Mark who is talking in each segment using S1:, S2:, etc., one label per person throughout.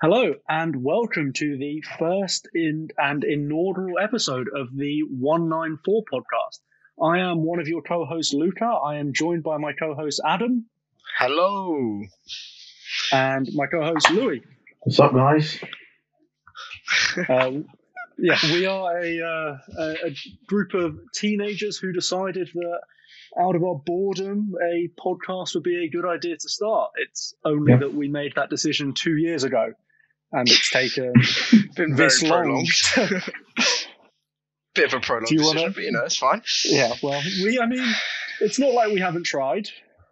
S1: Hello, and welcome to the first in, and inaugural episode of the 194 podcast. I am one of your co hosts, Luca. I am joined by my co host, Adam,
S2: Hello.
S1: and my co host, Louis.
S3: What's up, guys?
S1: Uh, yeah, we are a, uh, a, a group of teenagers who decided that out of our boredom, a podcast would be a good idea to start. It's only
S3: Yeah.
S1: that we made that decision two years ago, and it's taken
S2: Been very
S1: this long.
S2: prolonged. Bit of a prolonged
S1: Do you
S2: decision,
S1: wanna-
S2: but you know, it's fine.
S1: Yeah, well, we, I mean, it's not like we haven't tried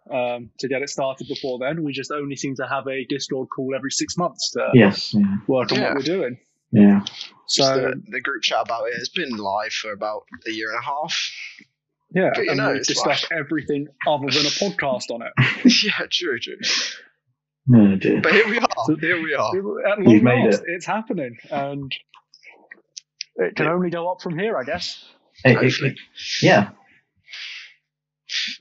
S1: um, to get it started before then. We just only seem to have a Discord call every six months to
S3: Yes, yeah,
S1: work on
S2: Yeah.
S1: what we're doing.
S3: yeah.
S2: Just
S1: So,
S2: the, the group chat about it has been live for about a year and a half.
S1: yeah,
S2: but you
S1: and
S2: know,
S1: we've
S2: it's
S1: discussed everything other than a podcast on it.
S2: yeah, true, true.
S3: No, dear.
S2: But here we
S1: So-
S2: are. Here we are.
S1: It- At long
S3: You've made
S1: last, it's happening. And it can
S2: Yeah.
S1: only go up from here, I guess.
S3: It- it-
S2: Hopefully.
S3: it- yeah.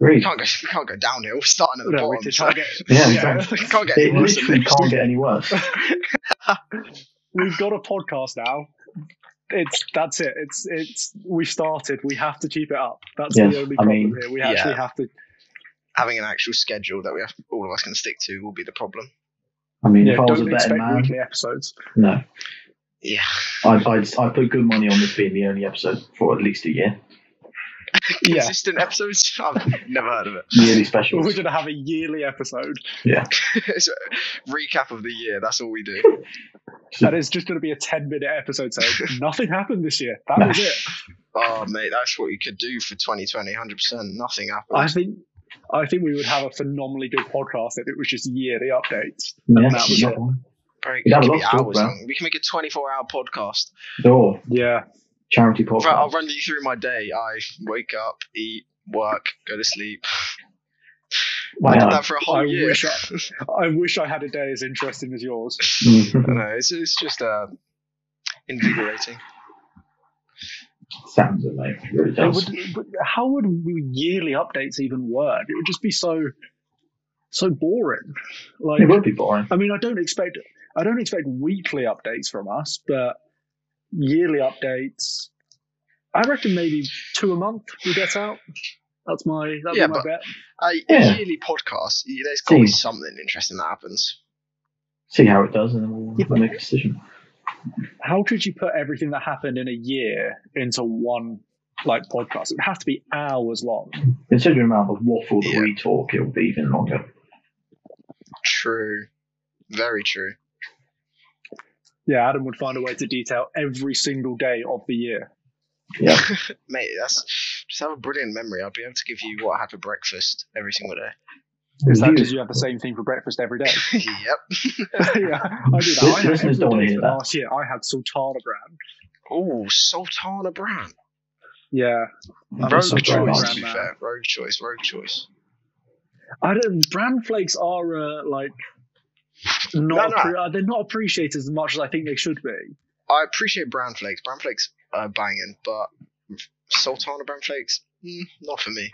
S2: We
S3: Great.
S2: can't go. We can't go downhill. We're starting at the
S1: No, we
S2: bottom.
S1: could
S2: so-
S1: try get,
S3: Yeah,
S2: yeah,
S3: exactly.
S2: we can't get any
S3: It
S2: worse than
S3: literally
S2: this.
S3: can't get any worse.
S1: we've got a podcast now. It's that's it. It's it's we started. We have to keep it up. That's
S3: Yes,
S1: the only
S3: I
S1: problem
S3: mean-
S1: here. We
S2: Yeah.
S1: actually have to
S2: Having an actual schedule that we have, all of us can stick to will be the problem.
S3: I mean,
S1: Yeah,
S3: if I was a
S1: don't
S3: betting
S1: expect
S3: man,
S1: weekly episodes.
S3: no,
S2: Yeah.
S3: I'd, I'd I'd put good money on this being the only episode for at least a year.
S1: Yeah.
S2: Consistent episodes. I've never heard of it.
S3: Yearly
S1: We're
S3: specials.
S1: going to have a yearly episode,
S2: It's a recap of the year. That's all we do.
S1: and it's just going to be a ten-minute episode saying nothing happened this year. That was it.
S2: Oh, mate, that's what you could do for 2020. 100%. Nothing happened.
S1: I think, I think we would have a phenomenally good podcast if it was just yearly updates.
S3: Yeah,
S1: that was
S3: not
S1: it.
S3: one.
S2: Bro,
S3: We'd
S2: it
S3: have a
S2: could be
S3: lot to talk
S2: hours
S3: about.
S2: long. We can make a 24 hour podcast.
S3: Door
S1: Yeah,
S3: charity
S2: Right, I'll
S3: podcast.
S2: run you through my day. I wake up, eat, work, go to sleep. I did
S3: Wow.
S2: that for a whole
S1: I
S2: year.
S1: wish I, I wish I had a day as interesting as yours.
S2: I
S3: Mhm.
S2: know, it's, it's just uh, invigorating.
S3: Sounds it, mate. It really
S1: It
S3: does.
S1: would, it would- how would we- yearly updates even work? It would just be so, so boring. Like
S3: It would be boring.
S1: I mean, I don't expect I don't expect weekly updates from us, but yearly updates. I reckon maybe two a month we get out. That's my that'd
S2: Yeah,
S1: be my
S2: but-
S1: bet.
S2: A
S3: Yeah.
S2: yearly podcast, y- there's got to be
S3: See.
S2: something interesting that happens.
S3: See how it does, and then we'll
S1: Yeah.
S3: we'll make a decision.
S1: How could you put everything that happened in a year into one like podcast? It would have to be hours long.
S3: Considering the amount of waffle that
S2: Yeah.
S3: we talk, it'll be even longer.
S2: True. Very true.
S1: Yeah, Adam would find a way to detail every single day of the year.
S3: Yeah.
S2: Mate, that's just have a brilliant memory. I'll be able to give you what I had for breakfast every single day.
S1: Is that
S3: You-
S1: because you have the same thing for breakfast every day?
S2: yep.
S1: yeah, I do that. I had
S3: Listeners
S1: every
S3: don't wanna
S1: day
S3: hear
S1: for
S3: that.
S1: last year. I had sultana bran.
S2: Oh, Sultana Brand.
S1: Yeah,
S3: That
S2: Rogue
S3: was so
S2: choice,
S3: very
S2: to
S3: nice.
S2: be
S1: Brand,
S2: fair. Rogue choice, rogue choice.
S1: I don't. Bran flakes are uh, like not.
S2: No, no.
S1: appre- uh, they're not appreciated as much as I think they should be.
S2: I appreciate brown flakes. Brown flakes are banging, but Sultana brown flakes, mm, not for me.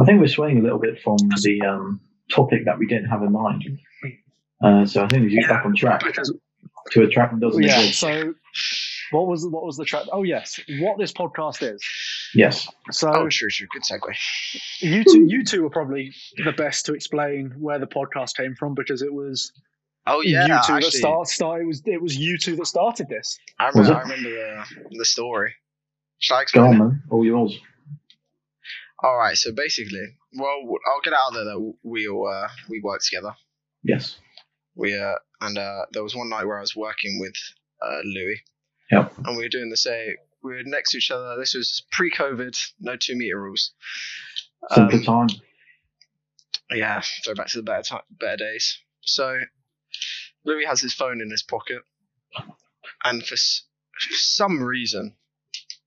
S3: I think we're swaying a little bit from the um, topic that we didn't have in mind. Uh, so I think we should get back on track
S1: Because
S3: to a track that doesn't
S1: yeah.
S3: exist.
S1: So what was what was the track? Oh yes, what this podcast is.
S3: Yes.
S1: So
S2: Oh, true, true. Good segue.
S1: you two, you two are probably the best to explain where the podcast came from because it was
S2: Oh yeah,
S1: you two
S2: actually,
S1: that start, start. It was it was you two that started this.
S2: I
S3: Was
S2: remember,
S3: it?
S2: I remember the, the story. Shall I
S3: Go
S2: explain?
S3: on,
S2: it?
S3: man. All yours.
S2: All right. So basically, well, I'll get out there that we all uh, we worked together.
S3: Yes.
S2: We uh, and uh, there was one night where I was working with uh, Louis.
S3: Yep.
S2: And we were doing the same. We were next to each other. This was pre-COVID, no two meter rules.
S3: Simple
S2: Um,
S3: time.
S2: Yeah, so back to the better time, better days. So Louis has his phone in his pocket, and for, s- for some reason,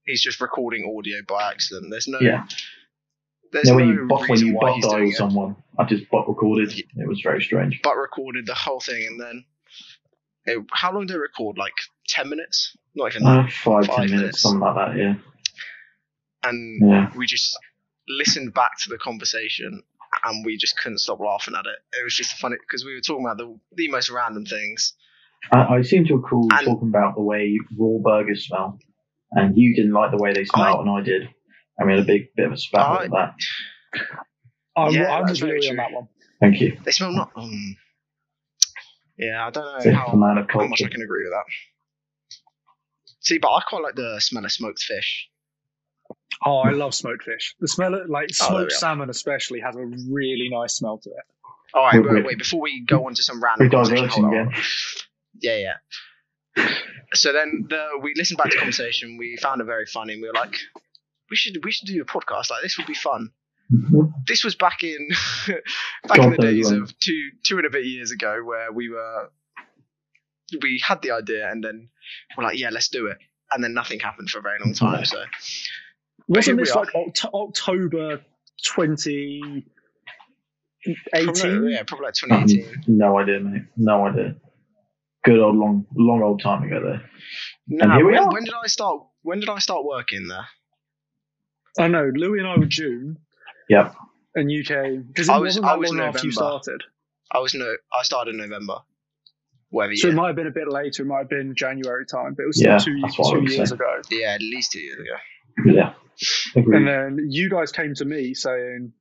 S2: he's just recording audio by accident. There's no,
S3: Yeah.
S2: there's
S3: Now,
S2: no
S3: when you bot, when
S2: reason
S3: you
S2: why
S3: bot
S2: he's doing
S3: dialed
S2: it.
S3: someone, I just bot recorded. It was very strange.
S2: But recorded the whole thing, and then it, how long did it record? Like ten minutes? Not even that.
S3: Uh,
S2: Five
S3: five, ten minutes,
S2: minutes.
S3: something like that. Yeah.
S2: And
S3: Yeah.
S2: we just listened back to the conversation and we just couldn't stop laughing at it. It was just funny because we were talking about the, the most random things
S3: I, I seem to recall
S2: And-
S3: talking about the way raw burgers smell, and you didn't like the way they smell, and I did. I mean, a big bit of a spat
S2: I-
S3: over that.
S1: I'm,
S2: Yeah,
S1: I'm
S2: that's
S1: with
S2: very
S1: Yuri on
S2: true.
S1: that one.
S3: Thank you.
S2: They smell not. Um, yeah, I don't
S3: So
S2: know
S3: the
S2: how,
S3: man of
S2: how much
S3: culture.
S2: I can agree with that. See, but I quite like the smell of smoked fish.
S1: Oh, I love smoked fish. The smell of like
S2: Oh, there we
S1: smoked
S2: are.
S1: salmon, especially, has a really nice smell to it.
S2: All right,
S3: We're-
S2: wait, wait, before we go on to some
S3: We're
S2: random conversation,
S3: diverting
S2: hold on.
S3: again.
S2: Yeah, yeah. So then the, we listened back to the conversation. We found it very funny. And we were like, we should we should do a podcast. Like this would be fun. This was back in back in the
S3: God knows
S2: days
S3: when.
S2: of two two and a bit years ago, where we were we had the idea and then we're like, yeah, let's do it. And then nothing happened for a very long time. So But
S1: Wasn't
S2: here we
S1: this
S2: are.
S1: like Oct- October 2018?
S2: probably, yeah, probably like
S3: Um,
S2: 2018.
S3: No idea, mate. No idea. Good old long, long old time ago there.
S2: No,
S3: here we
S2: when,
S3: are.
S2: when did I start? When did I start working there?
S1: I know. Louis and I were June,
S3: Yep.
S1: and you came because it
S2: I was-
S1: wasn't
S2: I
S1: that
S2: was
S1: long after you
S2: November.
S1: started.
S2: I was no, I started in November. Whatever
S1: So
S2: year.
S1: it might have been a bit later. It might have been January time, but it was
S3: Yeah,
S1: still two,
S3: that's what I
S1: two
S3: would
S1: years
S3: say.
S1: ago.
S2: yeah, at least two years ago.
S3: Yeah. Agreed.
S1: And then you guys came to me saying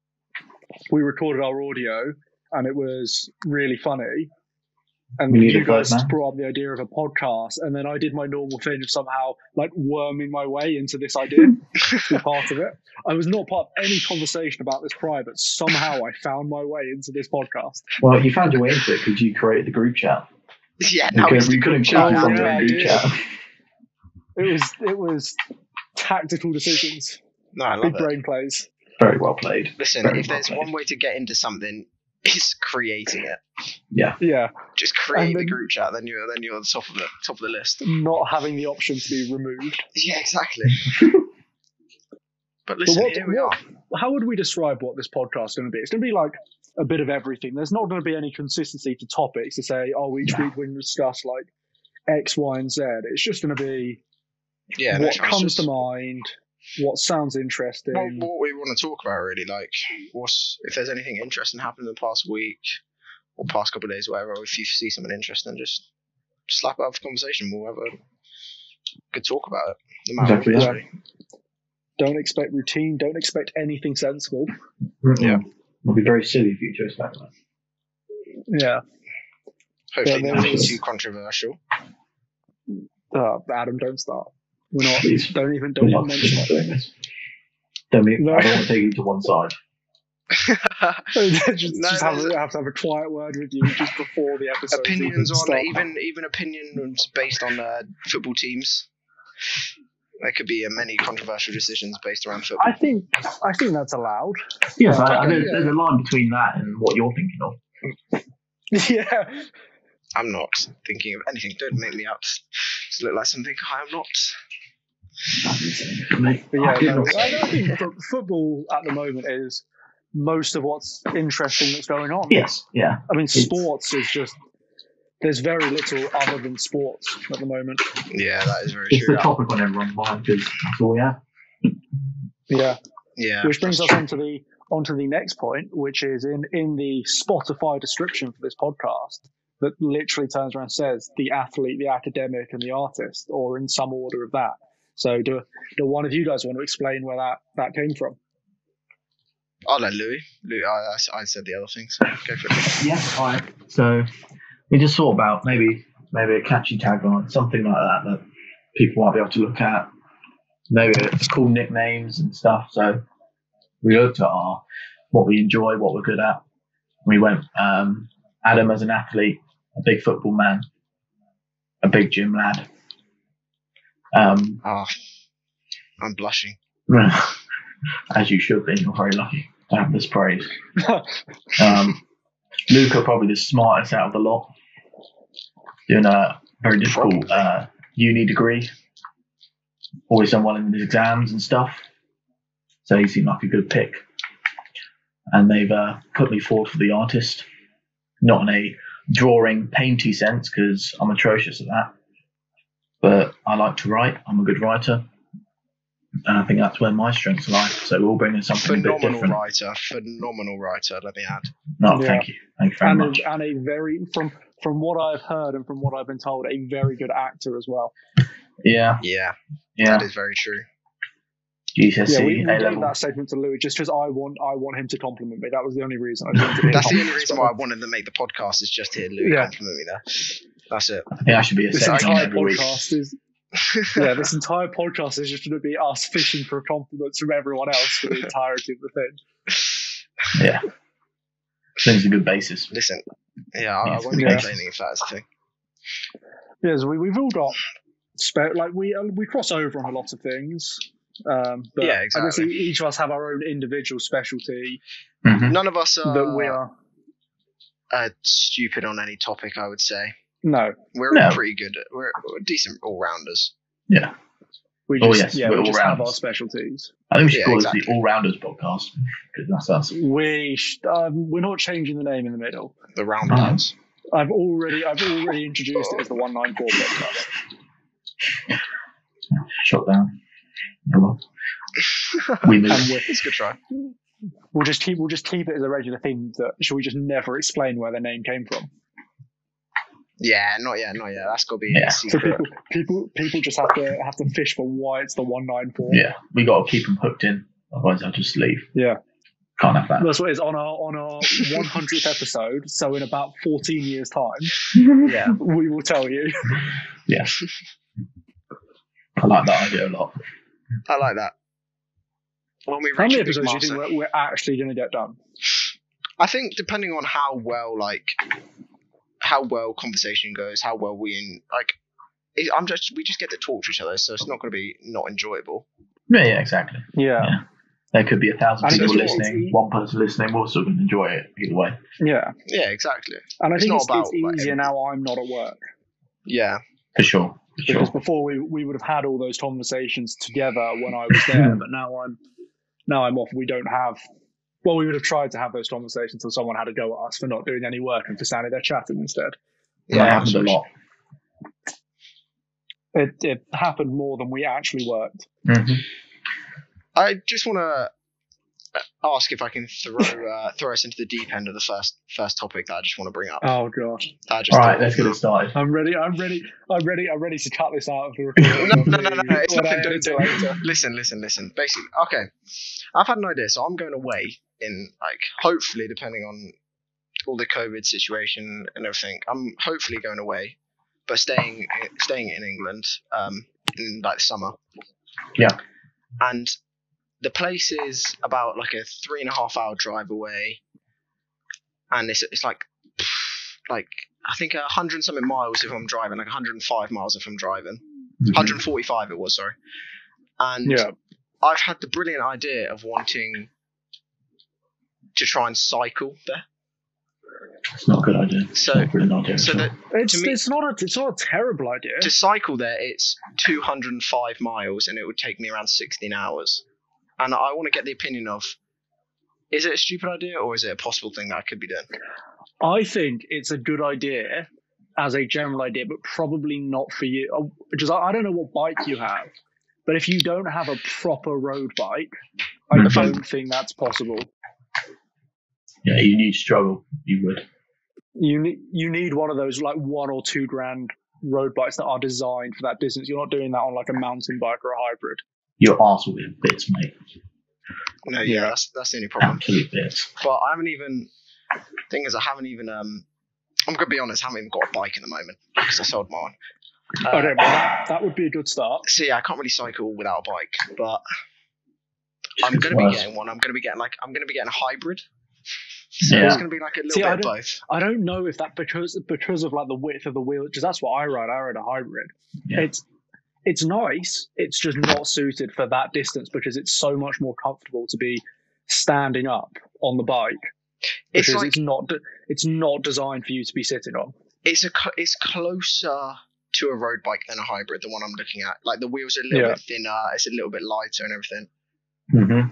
S1: we recorded our audio and it was really funny. And
S3: We need
S1: you
S3: a guide
S1: guys
S3: man.
S1: brought up the idea of a podcast, and then I did my normal thing of somehow like worming my way into this idea to be part of it. I was not part of any conversation about this prior, but somehow I found my way into this podcast.
S3: Well, you found your way into it because you created the group chat.
S2: Yeah, now
S3: You couldn't-
S2: it's the
S3: you couldn't
S2: group
S3: choose
S2: chat.
S1: choose
S2: now.
S3: from
S1: Oh, yeah,
S3: your
S1: I
S3: own group
S1: did.
S3: chat.
S1: It was it was tactical decisions,
S2: No, I love
S1: big
S2: it.
S1: brain plays.
S3: Very well played.
S2: Listen,
S3: Very
S2: if
S3: well
S2: there's
S3: played.
S2: one way to get into something, it's creating it.
S1: Yeah,
S2: Just create
S1: And
S2: the
S1: then-
S2: group chat, then you're then you're on the top of the top of the list.
S1: not having the option to be removed.
S2: Yeah, exactly. but listen,
S1: what-
S2: here we
S1: what-
S2: are.
S1: how would we describe what this podcast is going to be? It's going to be like a bit of everything. There's not going to be any consistency to topics to say, oh, each
S3: No.
S1: week we're going to discuss like X, Y, and Z. It's just going to be
S2: Yeah, no
S1: what
S2: chance,
S1: comes
S2: just
S1: to mind, what sounds interesting.
S2: What, what we want to talk about really, like what's if there's anything interesting happened in the past week or past couple of days, whatever. If you see something interesting, just slap it up for conversation. We'll have a good talk about it. No matter
S3: Exactly
S2: what it is,
S1: that.
S2: really.
S1: Don't expect routine. Don't expect anything sensible.
S2: Yeah.
S3: It'll be very silly if you to expect that.
S1: Yeah.
S2: Hopefully,
S1: there
S2: nothing
S3: is-
S2: too controversial.
S1: Uh, Adam, don't start. We're not.
S3: Please.
S1: Don't even. Don't
S3: We're
S1: even
S3: not, we're
S1: mention
S3: not doing this. Don't be,
S1: No.
S3: I don't want to take you to one side.
S1: it. just
S2: No,
S1: just have,
S2: there's-
S1: a, have to have a quiet word with you just before the episode.
S2: opinions on even even opinions based on uh, football teams. There could be uh, many controversial decisions based around football.
S1: I think. I think that's allowed.
S3: Yes,
S2: I- I- there's-
S3: there's a line between that and what you're thinking of.
S1: yeah.
S2: I'm not thinking of anything. Don't make me out to look like something I am not.
S1: But yeah,
S3: I
S1: no, I, I think fo- football at the moment is most of what's interesting that's going on.
S3: Yes, yeah.
S1: I mean, sports is just there's very little other than sports at the moment.
S2: Yeah, that is very
S3: It's
S2: true.
S3: the topic on everyone's mind because that's all we have.
S1: Yeah,
S2: Yeah,
S1: which brings us onto the onto the next point, which is in in the Spotify description for this podcast that literally turns around and says the athlete, the academic, and the artist, or in some order of that. So, do do one of you guys want to explain where that that came from?
S2: I'll let Oh, Louis. Louis, I, I s- I said the other things. Go for it.
S3: Yeah, all right. So we just thought about maybe maybe a catchy tagline, something like that that people might be able to look at. Maybe it's cool nicknames and stuff. So we looked at our what we enjoy, what we're good at. We went um, Adam as an athlete, a big football man, a big gym lad. Um,
S2: Ah, I'm blushing.
S3: as you should be, you're very lucky to have this praise. Um, Luca probably the smartest out of the lot, doing a very difficult uh, uni degree. Always done well in his exams and stuff, so he seemed like a good pick. And they've uh, put me forward for the artist, not in a drawing, painty sense because I'm atrocious at that. But I like to write. I'm a good writer, and I think that's where my strengths lie. So we'll bring in something a bit
S2: Phenomenal
S3: different.
S2: writer. Phenomenal writer. Let me add.
S3: No,
S1: Yeah.
S3: thank you, thank you very
S1: and
S3: much.
S1: a, and a very from from what I've heard and from what I've been told, a very good actor as well.
S3: Yeah,
S2: Yeah,
S3: yeah.
S2: that is very true.
S3: GCSE,
S1: yeah, we, we
S3: A
S1: gave
S3: level.
S1: that statement to Louis just because I want I want him to compliment me. That was the only reason. I just wanted to hear
S2: That's the only
S1: compliments,
S2: reason
S1: but-
S2: why I wanted to make the podcast is just to hear Louis
S1: Yeah.
S2: compliment me there. That's it.
S3: I think I should be a
S1: This
S3: section
S1: entire
S3: every week.
S1: podcast is yeah, this entire podcast is just going to be us fishing for compliments from everyone else for the entirety of the thing.
S3: Yeah, things a good basis.
S2: Listen, yeah, I, I
S3: Yeah.
S2: won't be
S1: Yeah.
S2: complaining if that's the thing.
S1: Yes, we we've all got spe- like we uh, we cross over on a lot of things. Um, but
S2: Yeah,
S1: I guess
S2: exactly.
S1: e- each of us have our own individual specialty
S3: Mhm.
S2: None of us are,
S1: that we are.
S2: uh, stupid on any topic. I would say
S1: No,
S2: we're
S3: No.
S2: pretty good. At, we're, we're decent all rounders.
S1: we
S3: Oh,
S1: just
S3: yes,
S1: yeah
S3: we're
S1: we
S3: all
S1: just have
S3: rounders.
S1: our specialties.
S3: I think we should
S2: Yeah,
S3: call this the
S2: exactly.
S3: All Rounders podcast because that's us.
S1: We sh- um, we're not changing the name in the middle.
S2: The
S3: Uh-huh.
S2: roundabouts.
S1: I've already I've already introduced it as the one nine four podcast.
S3: Shot down. Oh, well. We move.
S1: And we're,
S2: It's a good try.
S1: We'll just keep we'll just keep it as a regular theme. That should we just never explain where their name came from?
S2: Yeah, not yet, not yet. That's got to be
S3: Yeah.
S2: a
S1: So
S2: secret.
S1: people people people just have to have to fish for why it's the one nine four.
S3: Yeah, we got to keep them hooked in. Otherwise, I'll just leave.
S1: Yeah.
S3: Can't have that.
S1: That's what it is on our on our one hundredth episode. So in about fourteen years' time,
S2: Yeah,
S1: we will tell you.
S3: Yeah. I like that idea a lot.
S2: I like that. When we
S1: How
S2: reach
S1: many
S2: a big
S1: episodes do you think
S2: milestone-
S1: we're, we're actually going to get done?
S2: I think depending on how well like how well conversation goes, how well we in like it, I'm just we just get to talk to each other, so it's not going to be not enjoyable.
S3: Yeah, yeah, exactly.
S1: Yeah,
S3: There could be a thousand
S1: And
S3: people
S2: it's- it's-
S3: listening, one person listening, we're still going to enjoy it either way.
S1: yeah.
S2: Yeah, exactly.
S1: And I
S2: It's
S1: think
S2: not
S1: it's, it's
S2: about, like,
S1: easier now. I'm not at work
S2: Yeah,
S3: For sure. For sure.
S1: because before we we would have had all those conversations together when I was there, but now I'm now I'm off. We don't have. Well, we would have tried to have those conversations until someone had a go at us for not doing any work and for standing there chatting instead.
S2: yeah,
S3: that happens a
S2: absolutely.
S3: lot.
S1: It, it happened more than we actually worked.
S3: Mhm.
S2: I just want to ask if I can throw uh, throw us into the deep end of the first first topic that I just want to bring up.
S1: Oh god,
S2: I just
S3: All right,
S2: thought-
S3: let's get it started.
S1: I'm ready. I'm ready. I'm ready. I'm ready to cut this out of the
S2: No,
S1: recording.
S2: no, no, no, no, it's
S1: When I
S2: nothing, don't
S1: edit
S2: do
S1: it later.
S2: listen, listen, listen. Basically, okay, I've had an idea, so I'm going away in like hopefully, depending on all the COVID situation and everything, I'm hopefully going away, but staying staying in England, um, in like summer.
S3: Yeah.
S2: And the place is about like a three and a half hour drive away, and it's it's like like I think a hundred and something miles if I'm driving, like 105 miles if I'm driving.
S3: Mhm.
S2: 145 it was sorry and
S1: Yeah,
S2: i've had the brilliant idea of wanting to try and cycle there
S3: It's not a good idea.
S2: so
S3: Not a brilliant idea.
S2: so
S3: at all.
S2: that
S1: it's
S2: me-
S1: it's not a it's not a terrible idea.
S2: to cycle there it's 205 miles and it would take me around 16 hours and i want to get the opinion of is it a stupid idea or is it a possible thing that i could be doing
S1: I think it's a good idea as a general idea, but probably not for you. Uh, Because I, I don't know what bike you have, but if you don't have a proper road bike, I
S3: Mhm.
S1: don't think that's possible.
S3: yeah, you need struggle. You would.
S1: You need you need one of those like one or two grand road bikes that are designed for that distance. You're not doing that on like a mountain bike or a hybrid.
S3: Your arse will be in bits, mate.
S2: no
S1: Yeah.
S2: yeah, that's that's the only problem
S3: Absolute bits.
S2: but i haven't even thing is i haven't even um i'm gonna be honest i haven't even got a bike at the moment because i sold mine Uh,
S1: I don't know. That, that would be a good start.
S2: so yeah, I can't really cycle without a bike, but
S3: Just
S2: I'm
S3: gets
S2: gonna be
S3: worse.
S2: getting one. I'm gonna be getting like I'm gonna be getting a hybrid. So
S3: Yeah.
S2: it's gonna be like a little
S1: See,
S2: bit
S1: I
S2: of
S1: don't-
S2: both.
S1: I don't know if that because because of like the width of the wheel, because that's what I ride. I ride a hybrid.
S3: Yeah.
S1: It's it's nice. It's just not suited for that distance because it's so much more comfortable to be standing up on the bike
S2: It's
S1: because it's,
S2: like
S1: not de- it's not designed for you to be sitting on.
S2: it's a co- it's closer to a road bike than a hybrid, the one I'm looking at. Like the wheels are a little
S1: Yeah.
S2: bit thinner, it's a little bit lighter and everything.
S3: Mhm.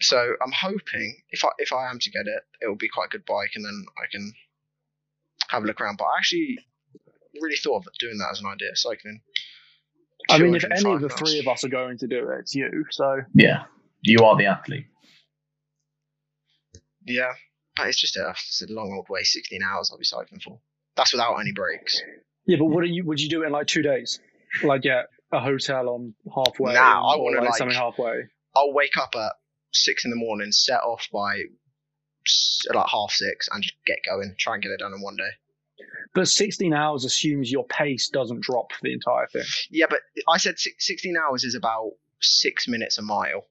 S2: So I'm hoping if I if I am to get it, it will be quite a good bike, and then I can have a look around. But I actually really thought of doing that as an idea, cycling.
S1: I mean, if any
S2: 205
S1: of the
S2: miles.
S1: three of us are going to do it, it's you. So
S3: Yeah, you are the athlete.
S2: Yeah, but it's just a, it's a long old way, 16 hours I'll be cycling for. That's without any breaks.
S1: Yeah, but what are you? Would you do it in like two days? Like get a hotel on halfway.
S2: Nah, I
S1: or,
S2: wanna, like-
S1: something halfway.
S2: I'll wake up at six in the morning, set off by s- like half six, and just get going. Try and get it done in one day.
S1: But 16 hours assumes your pace doesn't drop for the entire thing.
S2: Yeah, but I said si- sixteen hours is about six minutes a mile,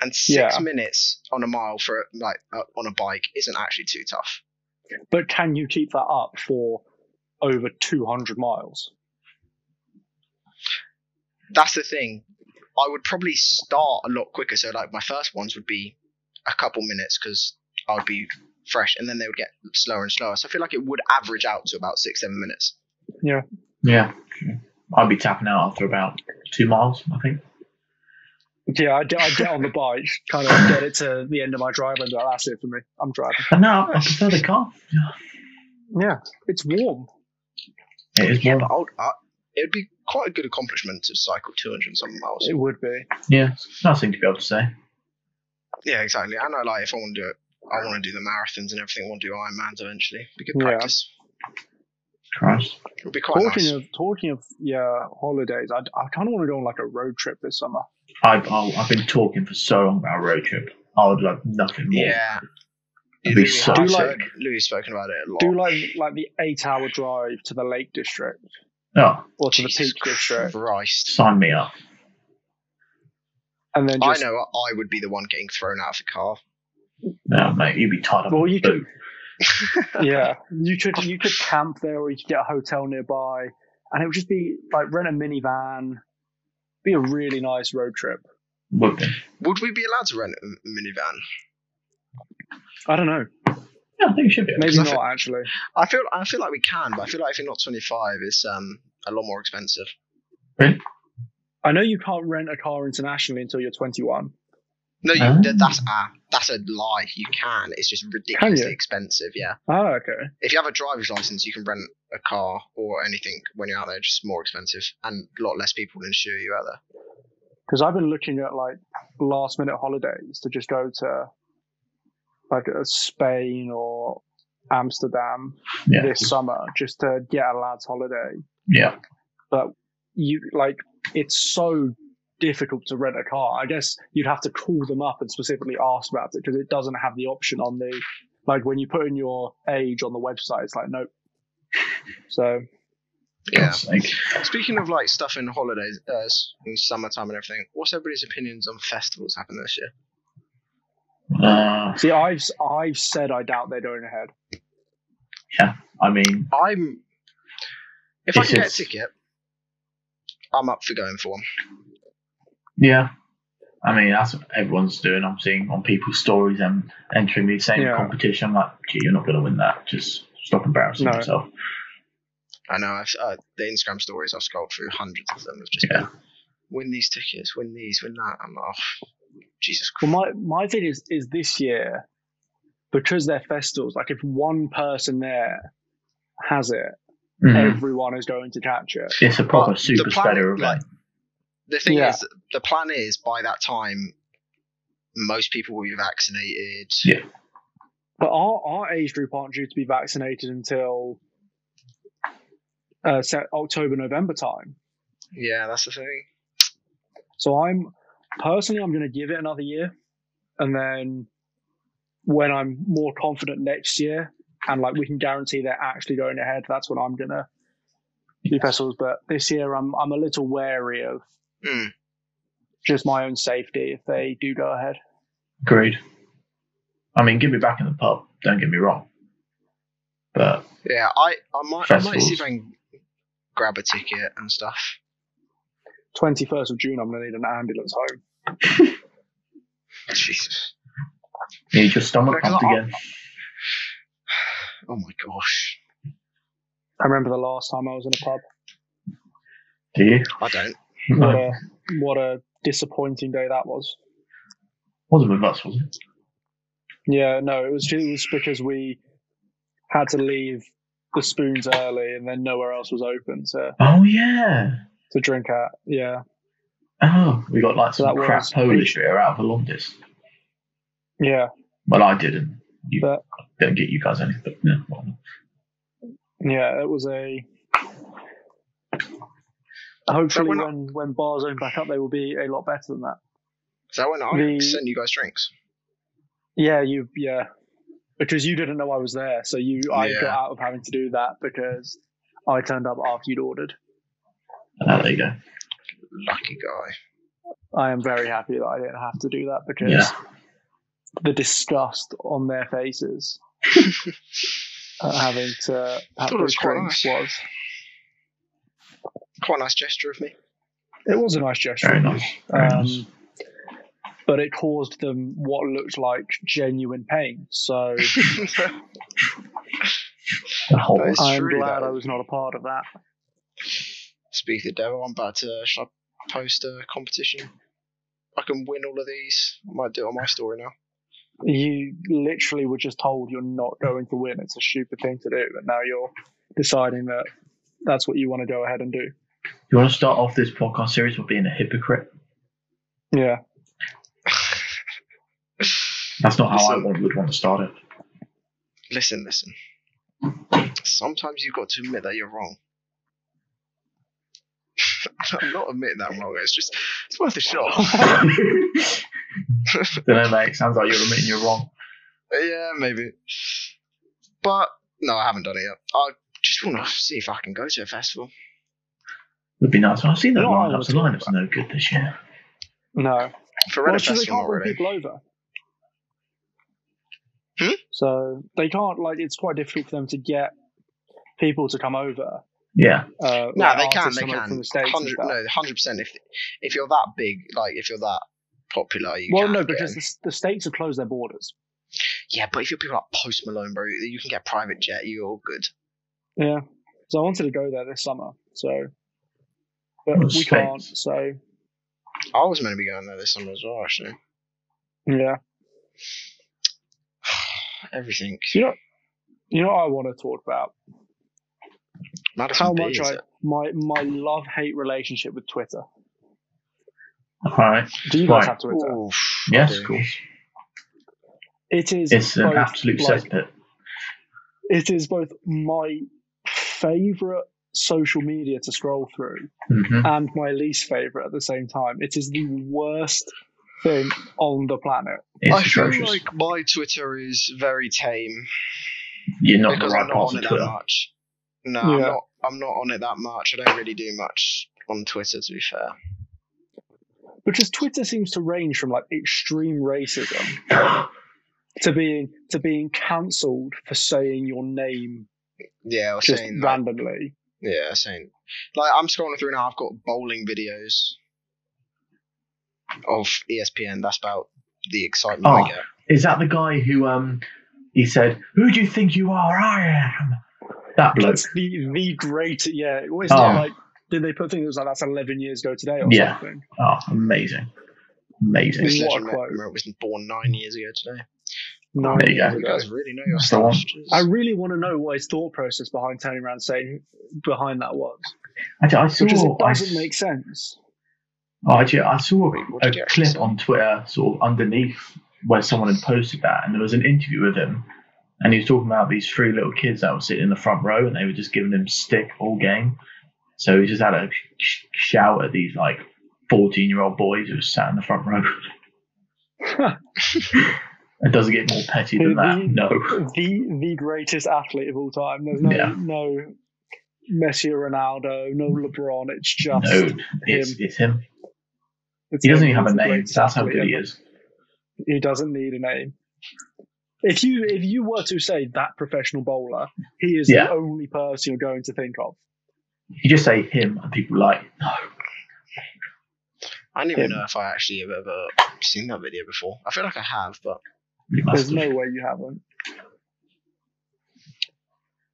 S2: and six
S1: Yeah.
S2: minutes on a mile for like uh, on a bike isn't actually too tough.
S1: But can you keep that up for over 200 miles?
S2: That's the thing. I would probably start a lot quicker. So like my first ones would be a couple minutes because I would be fresh, and then they would get slower and slower. So I feel like it would average out to about six seven minutes.
S3: Yeah. true. I'd be tapping out after about two miles, I think.
S1: Yeah, I'd, I'd get on the bike, kind of get it to the end of my drive, and be like, that's it for me. I'm driving.
S3: But no, I prefer the car.
S1: Yeah, it's warm.
S3: It is
S2: Yeah,
S3: more.
S2: but I would, I, it would be quite a good accomplishment to cycle 200 and something miles.
S1: It would be.
S3: Yeah, it's a nice thing to be able to say.
S2: Yeah, exactly. I know, like, if I want to do it, I want to do the marathons and everything. I want to do Ironmans eventually. Be good
S1: Yeah.
S2: practice.
S3: Christ.
S2: It would be quite
S1: talking
S2: nice.
S1: of talking of yeah holidays, I, I kind of want to go on like a road trip this summer.
S3: I, I, I've been talking for so long about a road trip. I would love nothing more.
S2: yeah.
S3: It'd be
S2: Louis,
S3: so
S2: has
S1: sick.
S2: spoken- Louis has spoken about it a lot.
S1: Do like like the eight-hour drive to the Lake District
S3: Oh,
S1: or to the
S2: Jesus
S1: Peak District,
S2: Christ.
S3: sign me up.
S1: and then just
S2: I know I would be the one getting thrown out of the car.
S3: No, mate, you'd be tied up.
S1: Well, you
S3: But
S1: could. yeah, you could you could camp there, or you could get a hotel nearby, and it would just be like rent a minivan. Be a really nice road trip.
S3: would be.
S2: Would we be allowed to rent a minivan?
S1: I don't know.
S3: Yeah, I think it should be.
S1: Maybe
S2: Nothing.
S1: not actually.
S2: I feel I feel like we can, but I feel like if you're not 25, it's um a lot more expensive.
S1: I know you can't rent a car internationally until you're 21.
S2: No, you,
S3: Oh.
S2: th- that's a that's a lie. You can. It's just ridiculously expensive. Yeah.
S1: Oh, okay.
S2: if you have a driver's license, you can rent a car or anything when you're out there. It's just more expensive and a lot less people will insure you out there.
S1: Because I've been looking at like last minute holidays to just go to like uh, Spain or Amsterdam
S3: Yeah.
S1: this summer just to get a lad's holiday.
S3: Yeah.
S1: you like it's so difficult to rent a car. I guess you'd have to call them up and specifically ask about it because it doesn't have the option on the like when you put in your age on the website, it's like nope. So
S2: Yeah.
S3: God's sake.
S2: Speaking of like stuff in holidays, uh, s- in summertime and everything, what's everybody's opinions on festivals happening this year?
S3: Uh,
S1: see, I've I've said I doubt they're going ahead.
S3: I mean,
S2: I'm if I
S3: This
S2: can get a
S3: is-
S2: ticket, I'm up for going for one.
S3: yeah. I mean, that's what everyone's doing. I'm seeing on people's stories and entering the same
S1: Yeah.
S3: competition. I'm like, gee, you're not going to win that. Just stop embarrassing
S1: No.
S3: yourself.
S2: I know I've, uh, the Instagram stories I've scrolled through, hundreds of them have just
S3: Yeah.
S2: been win these tickets, win these, win that. I'm like, oh, Jesus
S1: Well,
S2: Christ.
S1: my my thing is is this year because they're festivals. Like if one person there has it,
S3: Mhm.
S1: everyone is going to catch it.
S3: It's a proper
S2: Well, the
S3: super
S2: plan-
S3: spreader event.
S2: like- the thing
S1: Yeah.
S2: is, the plan is by that time, most people will be vaccinated.
S3: Yeah.
S1: But our, our age group aren't due to be vaccinated until uh, Se- October, November time.
S2: Yeah, that's the thing.
S1: So I'm personally, I'm going to give it another year, and then when I'm more confident next year, and like we can guarantee they're actually going ahead, that's when I'm going to do festivals. But this year, I'm I'm a little wary of
S2: Mm.
S1: just my own safety if they do go ahead.
S3: Agreed. I mean, get me back in the pub. Don't get me wrong. But
S2: Yeah, I, I might, I might
S3: Festivals.
S2: see if I can grab a ticket and stuff.
S1: 21st of June, I'm going to need an ambulance home.
S2: Jesus.
S3: need your stomach
S2: Because
S3: pumped
S2: I-
S3: again.
S2: Oh my gosh.
S1: I remember the last time I was in a pub.
S3: Do you?
S2: I don't.
S1: What
S3: No.
S1: a what a disappointing day that was.
S3: Wasn't with us, was it?
S1: Yeah, no, it was it was because we had to leave the spoons early, and then nowhere else was open to
S3: Oh yeah.
S1: to drink at. Yeah,
S3: Oh, we got like
S1: So
S3: some
S1: that
S3: crap
S1: was-
S3: Polish beer out of the Londis.
S1: yeah.
S3: Well, I didn't. You
S1: But-
S3: don't get you guys anything. But, yeah, whatever.
S1: Yeah, it was a. Hopefully,
S2: we're
S1: when,
S2: not-
S1: when bars open back up, they will be a lot better than that.
S2: Is that when I
S1: The-
S2: send you guys drinks?
S1: Yeah, you yeah, because you didn't know I was there, so you I
S2: Yeah.
S1: got out of having to do that because I turned up after you'd ordered.
S3: Ah, there you go.
S2: Lucky guy.
S1: I am very happy that I didn't have to do that because the disgust on their faces at having to have
S2: Thought it
S1: those
S2: was quite
S1: drinks was.
S2: Quite a nice gesture of me.
S1: It was a nice gesture.
S3: Very nice. Very nice.
S1: Um, but it caused them what looked like genuine pain. So
S3: The whole-
S2: That is- It's
S1: Oh, I'm
S2: true,
S1: glad
S2: though.
S1: I was not a part of that.
S2: Speak the devil. I'm about to. uh, Should I post a competition? I can win all of these. I might do it on my story now.
S1: You literally were just told you're not going to win. It's a stupid thing to do, but now you're deciding that that's what you want to go ahead and do.
S3: you want to start off this podcast series with being a hypocrite?
S1: Yeah.
S3: That's not how I
S2: Listen.
S3: would, would want to start it.
S2: Listen, listen. Sometimes you've got to admit that you're wrong. I'm not admitting that I'm wrong. It's just it's worth a shot.
S3: Don't know, mate. Sounds like you're admitting you're wrong.
S2: yeah, maybe. But no, I haven't done it yet. I just want to see if I can go to a festival.
S3: Would be nice. I've seen the
S1: You know what I
S3: lineups. The
S1: wanna
S3: lineups are no good this year.
S1: No.
S2: For
S1: Well,
S2: Reddit
S1: it's just they
S2: Festival,
S1: can't
S2: not
S1: bring
S2: really.
S1: people over.
S2: Hmm?
S1: So they can't like it's quite difficult for them to get people to come over.
S3: Yeah,
S1: Uh,
S2: No,
S1: like
S2: they can.
S1: artists
S2: They
S1: from- From
S2: can.
S1: the States and
S2: 100,
S1: stuff.
S2: no, hundred percent. If if you're that big, like if you're that popular, you
S1: well,
S2: can
S1: no,
S2: get
S1: because
S2: in.
S1: the, the states have closed their borders.
S2: yeah. But if you're people like Post Malone, bro, you can get a private jet. You're all good.
S1: Yeah. So I wanted to go there this summer. So, but
S2: Oh,
S3: Well,
S1: we
S3: States.
S1: can't. So
S2: I was meant to be going there this summer as well. Actually,
S1: yeah.
S2: everything.
S1: You know, you know what I want to talk about
S2: Madison
S1: how
S2: Bee,
S1: much
S2: is
S1: I
S2: it?
S1: my my love hate relationship with Twitter.
S3: all right.
S1: Do you guys
S3: Right.
S1: have Twitter?
S2: Oof, I
S3: Yes,
S2: do.
S3: of course.
S1: It is.
S3: It's an
S1: both,
S3: absolute
S1: like,
S3: cesspit.
S1: it is both my favorite social media to scroll through
S3: hmm
S1: and my least favorite at the same time. It is the worst thing on the planet.
S3: It's
S2: I feel
S3: atrocious.
S2: like my Twitter is very tame
S3: you're not the
S2: because I'm
S3: right
S2: not on
S3: part
S2: it
S3: of
S2: that
S3: Twitter.
S2: much. No, I'm
S1: Yeah.
S2: not. I'm not on it that much. I don't really do much on Twitter, to be fair.
S1: Because Twitter seems to range from like extreme racism to being to being cancelled for saying your name
S2: Yeah, I was
S1: just
S2: saying that.
S1: randomly.
S2: Yeah, same. Like I'm scrolling through now. I've got bowling videos of E ESPN. That's about the excitement
S3: Oh.
S2: I get.
S3: Is that the guy who um he said, "Who do you think you are? I am." That bloke.
S1: That's the the great yeah. It was
S3: Oh.
S1: not like did they put things that was like that's eleven years ago today or
S3: Yeah.
S1: something?
S3: Oh, amazing, amazing.
S2: This
S1: What a
S2: legend
S1: quote.
S2: remember, was born nine years ago today.
S1: Nine
S3: There you
S1: years
S3: go.
S2: You
S1: ago.
S2: guys really know your
S3: That's the one.
S2: stuff.
S1: I
S2: Jeez.
S1: really want to know what his thought process behind turning around and saying behind that was,
S3: Actually, I saw.
S1: because it
S3: I
S1: doesn't
S3: s-
S1: make sense.
S3: Oh, actually, I saw
S2: Wait, what
S3: a
S2: did you actually
S3: clip
S2: say?
S3: on Twitter, sort of underneath where someone had posted that, and there was an interview with him, and he was talking about these three little kids that were sitting in the front row, and they were just giving him stick all game. So he just had a sh- shout at these like fourteen-year-old boys who sat in the front row. it doesn't get more petty than that, no.
S1: The the greatest athlete of all time. There's no
S3: Yeah.
S1: no Messi, or Ronaldo, no LeBron. It's just
S3: No, it's,
S1: him.
S3: it's him.
S1: it's
S3: He doesn't
S1: him.
S3: even have a
S1: He's the
S3: name.
S1: greatest
S3: That's how
S1: athlete
S3: good he
S1: ever.
S3: is.
S1: He doesn't need a name. If you if you were to say that professional bowler, he is
S3: Yeah.
S1: the only person you're going to think of.
S3: You just say him, and people are like, no.
S2: I don't even
S1: him.
S2: know if I actually have ever seen that video before. I feel like I have, but
S3: You must
S1: There's
S3: have.
S1: no way you haven't.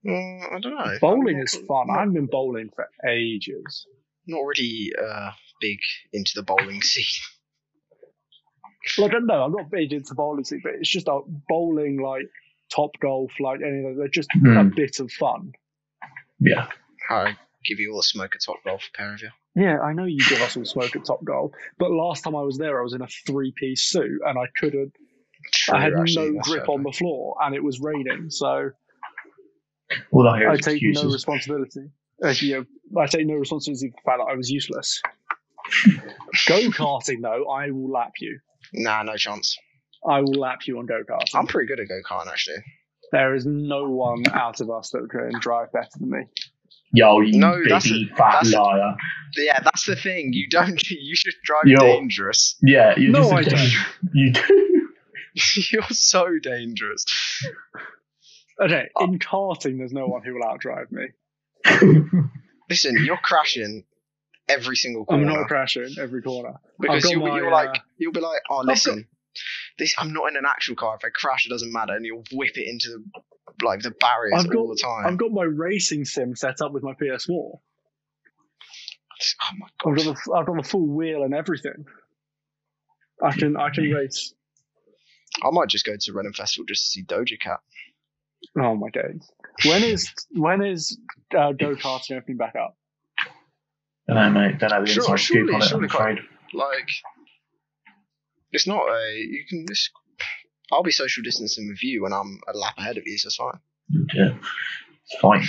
S2: mm, I don't know.
S1: Bowling
S2: I'm
S1: is
S2: not-
S1: fun. I
S2: Not,
S1: haven't been bowling for ages.
S2: not really uh, big into the bowling scene.
S1: Like, no, I'm not big into bowling, but it's just like bowling, like top golf, like any of those. They're just a
S3: Hmm.
S1: bit of fun.
S3: Yeah.
S2: I give you all the smoke at top golf, pair of you.
S1: Yeah, I know you give us all smoke at top golf, but last time I was there, I was in a three-piece suit and I couldn't. I had
S2: True, actually,
S1: no
S2: that's
S1: grip
S2: fair
S1: on the floor, and it was raining. So
S3: All I hear
S1: I
S3: is
S1: take
S3: excuses.
S1: no responsibility. Uh, you know, I take no responsibility for the fact that I was useless. go karting, though, I will lap you.
S2: Nah, no chance.
S1: I will lap you on go
S2: I'm
S1: karting.
S2: pretty good at go karting actually.
S1: There is no one out of us that can drive better than me.
S3: Yo, you
S2: No,
S3: no,
S2: that's
S3: biggie,
S2: a-
S3: fat
S2: that's a-
S3: liar.
S2: But yeah, that's the thing. You don't. You should drive
S3: Yo.
S2: dangerous.
S3: Yeah, you're
S1: No,
S3: just a
S1: I don't.
S3: danger- You do.
S2: You're so dangerous.
S1: Okay,
S2: Uh,
S1: in karting, there's no one who will outdrive me.
S2: Listen, you're crashing every single
S1: I'm
S2: corner
S1: not crashing every corner. I've
S2: because
S1: got
S2: you'll,
S1: my,
S2: you're
S1: uh,
S2: like you'll be like, oh,
S1: got-
S2: listen, this I'm not in an actual car. If I crash, it doesn't matter, and you'll whip it into the like the barriers
S1: I've
S2: all
S1: got-
S2: the time.
S1: I've got my racing sim set up with my PS4.
S2: oh my
S1: I've
S2: god!
S1: got the, I've got the full wheel and everything. I can I can race.
S2: I might just go to Reading Festival just to see Doja Cat.
S1: Oh my days! When is when is uh, go karting opening back up?
S3: Don't know, mate. Don't know the
S2: Sure,
S3: inside
S2: surely-
S3: scoop on it. I'm
S2: surely
S3: afraid.
S2: Like, it's not a you can just. I'll be social distancing with you when I'm a lap ahead of you, so it's fine.
S3: Yeah, it's fine.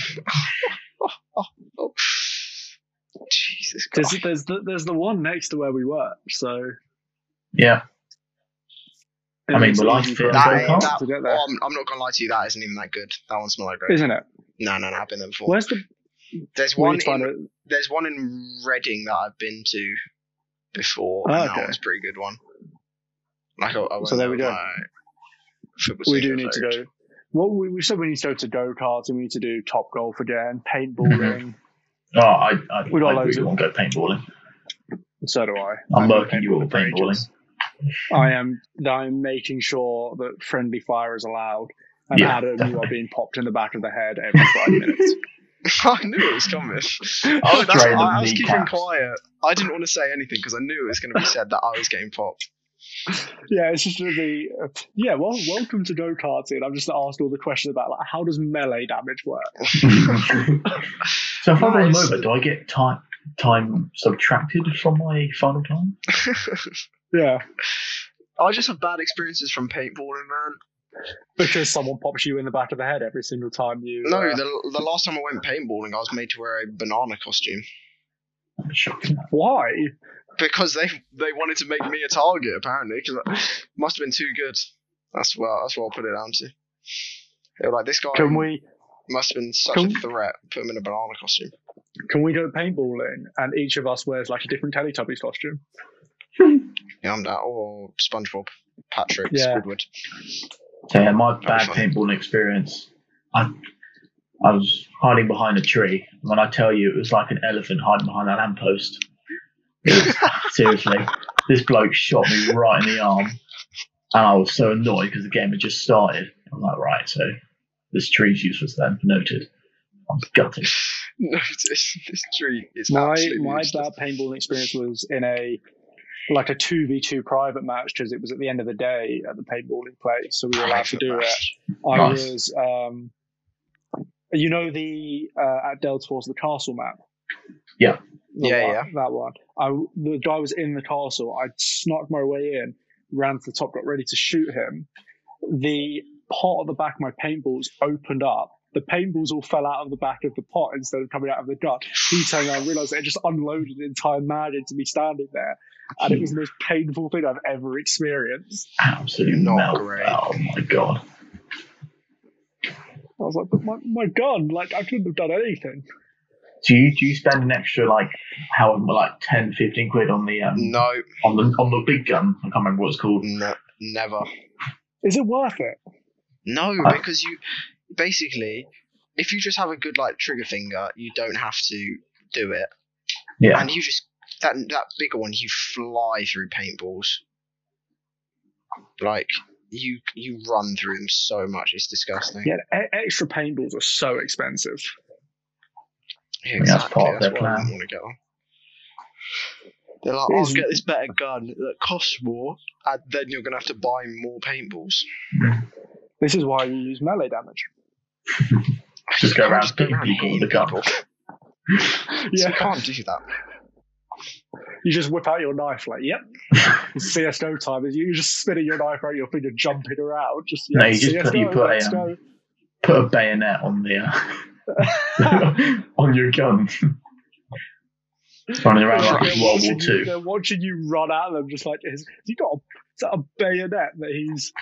S2: Oh, Jesus
S1: There's
S2: Christ!
S1: there's the, there's the one next to where we work, so
S3: Yeah,
S1: it
S3: I mean,
S1: makes
S3: will
S1: it
S3: I
S1: easy
S3: fit
S1: for
S3: in
S1: us
S2: That,
S3: go-kart?
S2: ain't- that-
S1: to get there,
S2: oh, I'm, I'm not gonna lie to you, that isn't even that good. That one's not that great.
S1: isn't it?
S2: No, no, no, I've been there before.
S1: Where's the
S2: There's
S1: we
S2: one
S1: need to find
S2: in,
S1: it?
S2: there's one in Reading that I've been to before,
S1: Ah,
S2: and
S1: okay.
S2: that was a pretty good one. Like, I, I went
S1: So there we
S2: with
S1: go.
S2: my football
S1: We
S2: team
S1: do need to
S2: vote.
S1: go. Well, we, we said we need to go to go karting. We need to do top golf again, paintballing.
S3: Oh, I, I,
S1: We got
S3: I
S1: loads
S3: really
S1: of-
S3: want to go paintballing.
S1: so do I.
S3: I'm
S1: I've been
S3: murking you all with
S1: for ages.
S3: paintballing.
S1: I am. I'm making sure that friendly fire is allowed, and
S3: Yeah,
S1: Adam, you
S3: definitely.
S1: are being popped in the back of the head every five minutes.
S2: I knew it was coming.
S3: I
S2: Oh,
S3: was
S2: that's, I,
S3: throwing them
S2: I was keeping
S3: kneecaps.
S2: quiet. I didn't want to say anything because I knew it was going to be said that I was getting popped.
S1: Yeah, it's just really. Uh, yeah, well, welcome to go karting. I'm just asked all the questions about like how does melee damage work.
S3: so if I roll them
S2: Nice.
S3: over, do I get time time subtracted from my final time?
S1: Yeah,
S2: I just have bad experiences from paintballing, man.
S1: because someone pops you in the back of the head every single time you.
S2: No,
S1: uh,
S2: the, the last time I went paintballing, I was made to wear a banana costume
S3: Shocking.
S1: why?
S2: because they they wanted to make me a target. Apparently, because I must have been too good. That's well, that's what I'll put it down to. They were like, this guy
S1: Can we
S2: must have been such
S1: can
S2: a
S1: we-
S2: threat. Put him in a banana costume.
S1: can we go paintballing and each of us wears like a different Teletubbies costume?
S2: Yeah, I'm that or SpongeBob, Patrick,
S1: Yeah.
S2: Squidward.
S3: So yeah, my bad
S2: fun.
S3: paintballing experience. I I was hiding behind a tree. When I tell you, it was like an elephant hiding behind a lamppost. It was- seriously, this bloke shot me right in the arm, and I was so annoyed because the game had just started. I'm like, right, so this tree's useless then. Noted. I'm gutted.
S2: no, this, this tree is
S1: my
S2: absolutely
S1: my
S2: useless.
S1: bad paintballing experience was in a like a two v two private match because it was at the end of the day at the paintballing place, so we
S2: Ah,
S1: were allowed to do it. I
S3: Nice.
S1: was, um, you know, the uh, at Delta Force the castle map.
S3: Yeah.
S1: The
S2: Yeah,
S1: one-
S2: yeah.
S1: That one. I the guy was in the castle. I snuck my way in, ran to the top, got ready to shoot him. The pot at the back of my paintballs opened up. The paintballs all fell out of the back of the pot instead of coming out of the gun. He turned around and realized that it just unloaded an entire man into me standing there. And it was the most painful thing I've ever experienced.
S3: Absolute
S2: Not
S3: melt.
S2: great.
S3: Oh my god.
S1: I was like, but my, my gun, like, I couldn't have done anything.
S3: Do you do you spend an extra like however like 10, 15 quid on the um
S2: No,
S3: on the on the big gun? I can't remember what it's called.
S2: no, never.
S1: Is it worth it?
S2: No,
S3: Uh,
S2: because you basically, if you just have a good like trigger finger, you don't have to do it,
S3: Yeah.
S2: and you just that that bigger one, you fly through paintballs. Like you you run through them so much, it's disgusting.
S1: Yeah, e- extra paintballs are so expensive.
S2: Yeah,
S3: think that's part of their
S2: why I
S3: plan.
S2: didn't want to go. They're like,
S1: It
S2: I'll
S1: is-
S2: get this better gun that costs more, and then you're gonna have to buy more paintballs.
S1: This is why you use melee damage.
S3: Just go
S2: You can't
S3: around
S2: go
S3: beating people
S2: hitting
S3: with a gun.
S2: So you
S1: Yeah,
S2: can't do that.
S1: you just whip out your knife, like, yep. It's CSGO time. You- You're just spinning your knife around your finger, jumping around. Just, yeah,
S3: No, you just put- you
S1: CSGO,
S3: put a,
S1: let's
S3: um,
S1: go.
S3: put a bayonet on the uh, on your gun. Running around like
S1: They're
S3: it's World War
S1: watching you-
S3: Two.
S1: They're watching you run at them, just like is, has he got a, is that a bayonet that he's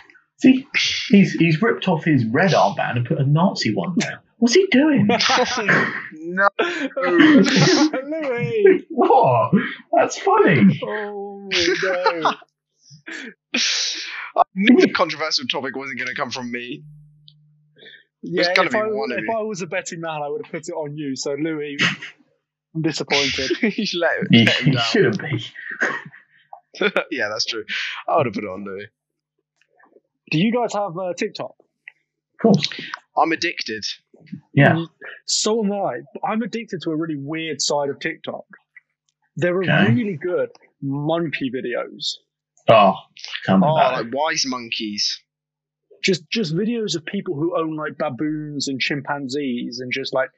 S3: See, he's he's ripped off his red armband and put a Nazi one down. What's he doing?
S2: no.
S1: Oh, Louis.
S3: what? That's funny.
S1: Oh no!
S2: I knew the controversial topic wasn't going to come from me.
S1: Yeah,
S2: gotta
S1: if,
S2: be
S1: I,
S2: one of
S1: if
S2: you.
S1: I was a betting man, I would have put it on you. So Louis, I'm disappointed.
S2: you let,
S3: He,
S2: let him
S3: he
S2: down.
S3: shouldn't be.
S2: yeah, that's true. I would have put it on Louis.
S1: Do you guys have uh, TikTok?
S3: Of course.
S2: I'm addicted.
S3: Yeah.
S1: So am I. But I'm addicted to a really weird side of TikTok. There are
S3: Okay.
S1: really good monkey videos.
S3: Oh, tell me
S2: Oh,
S3: about it.
S2: like wise monkeys.
S1: Just just videos of people who own like baboons and chimpanzees and just like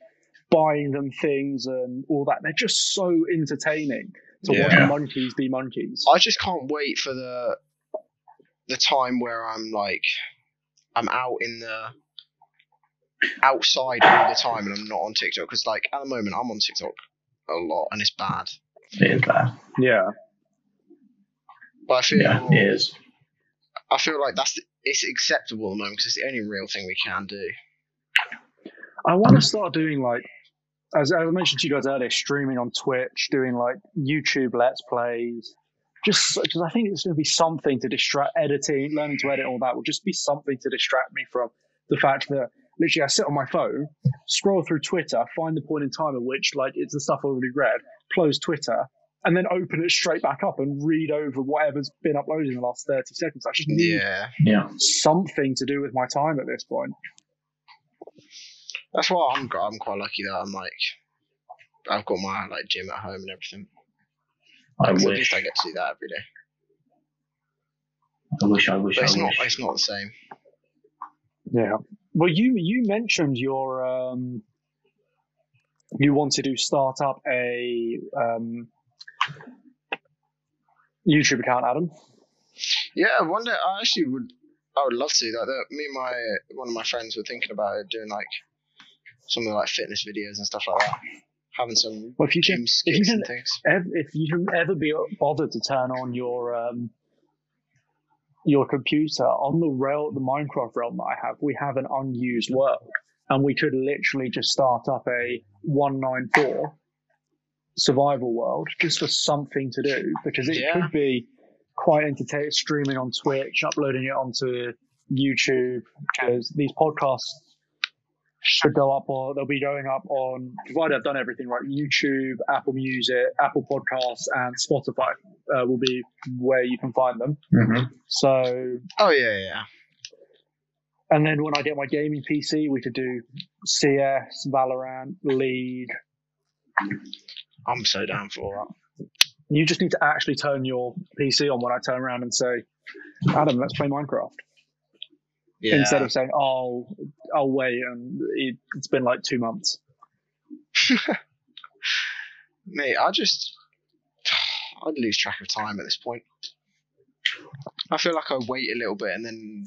S1: buying them things and all that. They're just so entertaining to
S3: Yeah.
S1: watch monkeys be monkeys.
S2: I just can't wait for the the time where I'm like I'm out in the outside all the time and I'm not on TikTok because like at the moment I'm on TikTok a lot and it's bad. Oh,
S3: It is bad.
S1: yeah.
S2: But I feel
S3: Yeah, it is.
S2: I feel like that's the, it's acceptable at the moment because it's the only real thing we can do.
S1: I want to start doing like, as, as I mentioned to you guys earlier, streaming on Twitch, doing like YouTube Let's Plays, just because I think it's going to be something to distract editing, learning to edit, all that will just be something to distract me from the fact that literally I sit on my phone, scroll through Twitter, find the point in time at which like it's the stuff I already read, close Twitter. And then open it straight back up and read over whatever's been uploaded in the last 30 seconds. I just need
S2: Yeah,
S3: Yeah.
S1: something to do with my time at this point.
S2: that's why I'm I'm quite lucky that I'm like I've got my like gym at home and everything.
S3: I
S2: At
S3: wish.
S2: least I get to do that every day.
S3: I wish. I wish.
S2: But
S3: I
S2: it's not
S3: wish.
S2: it's not the same.
S1: Yeah. Well, you you mentioned your um, you wanted to start up a um, YouTube account, Adam.
S2: Yeah, one day I actually would. I would love to do that. That- Me and my one of my friends were thinking about it, doing like some of the, like fitness videos and stuff like that, having some
S1: Well, if you can,
S2: gym skits
S1: can-
S2: and things.
S1: ev- if you can ever be bothered to turn on your um, your computer on the rail, the Minecraft realm that I have, we have an unused world, and we could literally just start up a one nine four survival world just for something to do because it
S2: Yeah.
S1: could be quite entertaining streaming on Twitch, uploading it onto YouTube because these podcasts should go up or they'll be going up on provided I've done everything right YouTube, Apple Music, Apple Podcasts, and Spotify uh, will be where you can find them.
S3: Mhm.
S1: So,
S2: Oh yeah, yeah.
S1: and then when I get my gaming PC, we could do CS, Valorant, League.
S2: I'm so down for that.
S1: You just need to actually turn your PC on when I turn around and say, Adam, let's play Minecraft.
S2: Yeah.
S1: Instead of saying, oh, I'll wait. And it, it's been like two months.
S2: Mate, I just I'd lose track of time at this point. I feel like I wait a little bit and then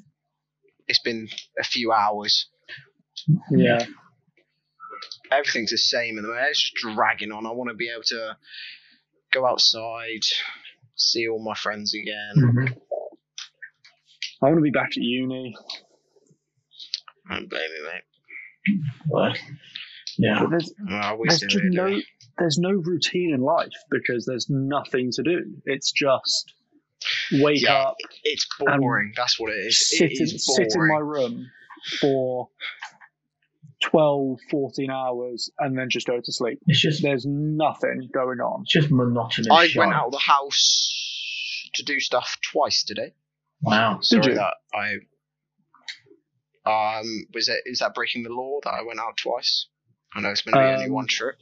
S2: it's been a few hours.
S1: Yeah.
S2: Everything's the same and the moment. It's just dragging on. I want to be able to go outside, see all my friends again.
S3: Mhm.
S1: I want to be back at uni.
S2: I don't blame you, mate.
S3: But, yeah.
S1: But there's,
S2: I
S1: there's
S2: wish they
S1: just
S2: would
S1: no there's no routine in life because there's nothing to do. It's just wake
S2: Yeah,
S1: up,
S2: It's boring. That's what it is.
S1: sit
S2: it
S1: in,
S2: is
S1: sit in my
S2: boring.
S1: room for 12, 14 hours and then just go to sleep.
S3: It's just.
S1: There's nothing going on.
S3: It's just monotonous.
S2: I
S3: shite.
S2: went out of the house to do stuff twice today.
S3: Wow.
S2: Sorry
S1: you?
S2: that I um was it is that breaking the law that I went out twice? I know it's been only
S1: Um,
S2: one trip.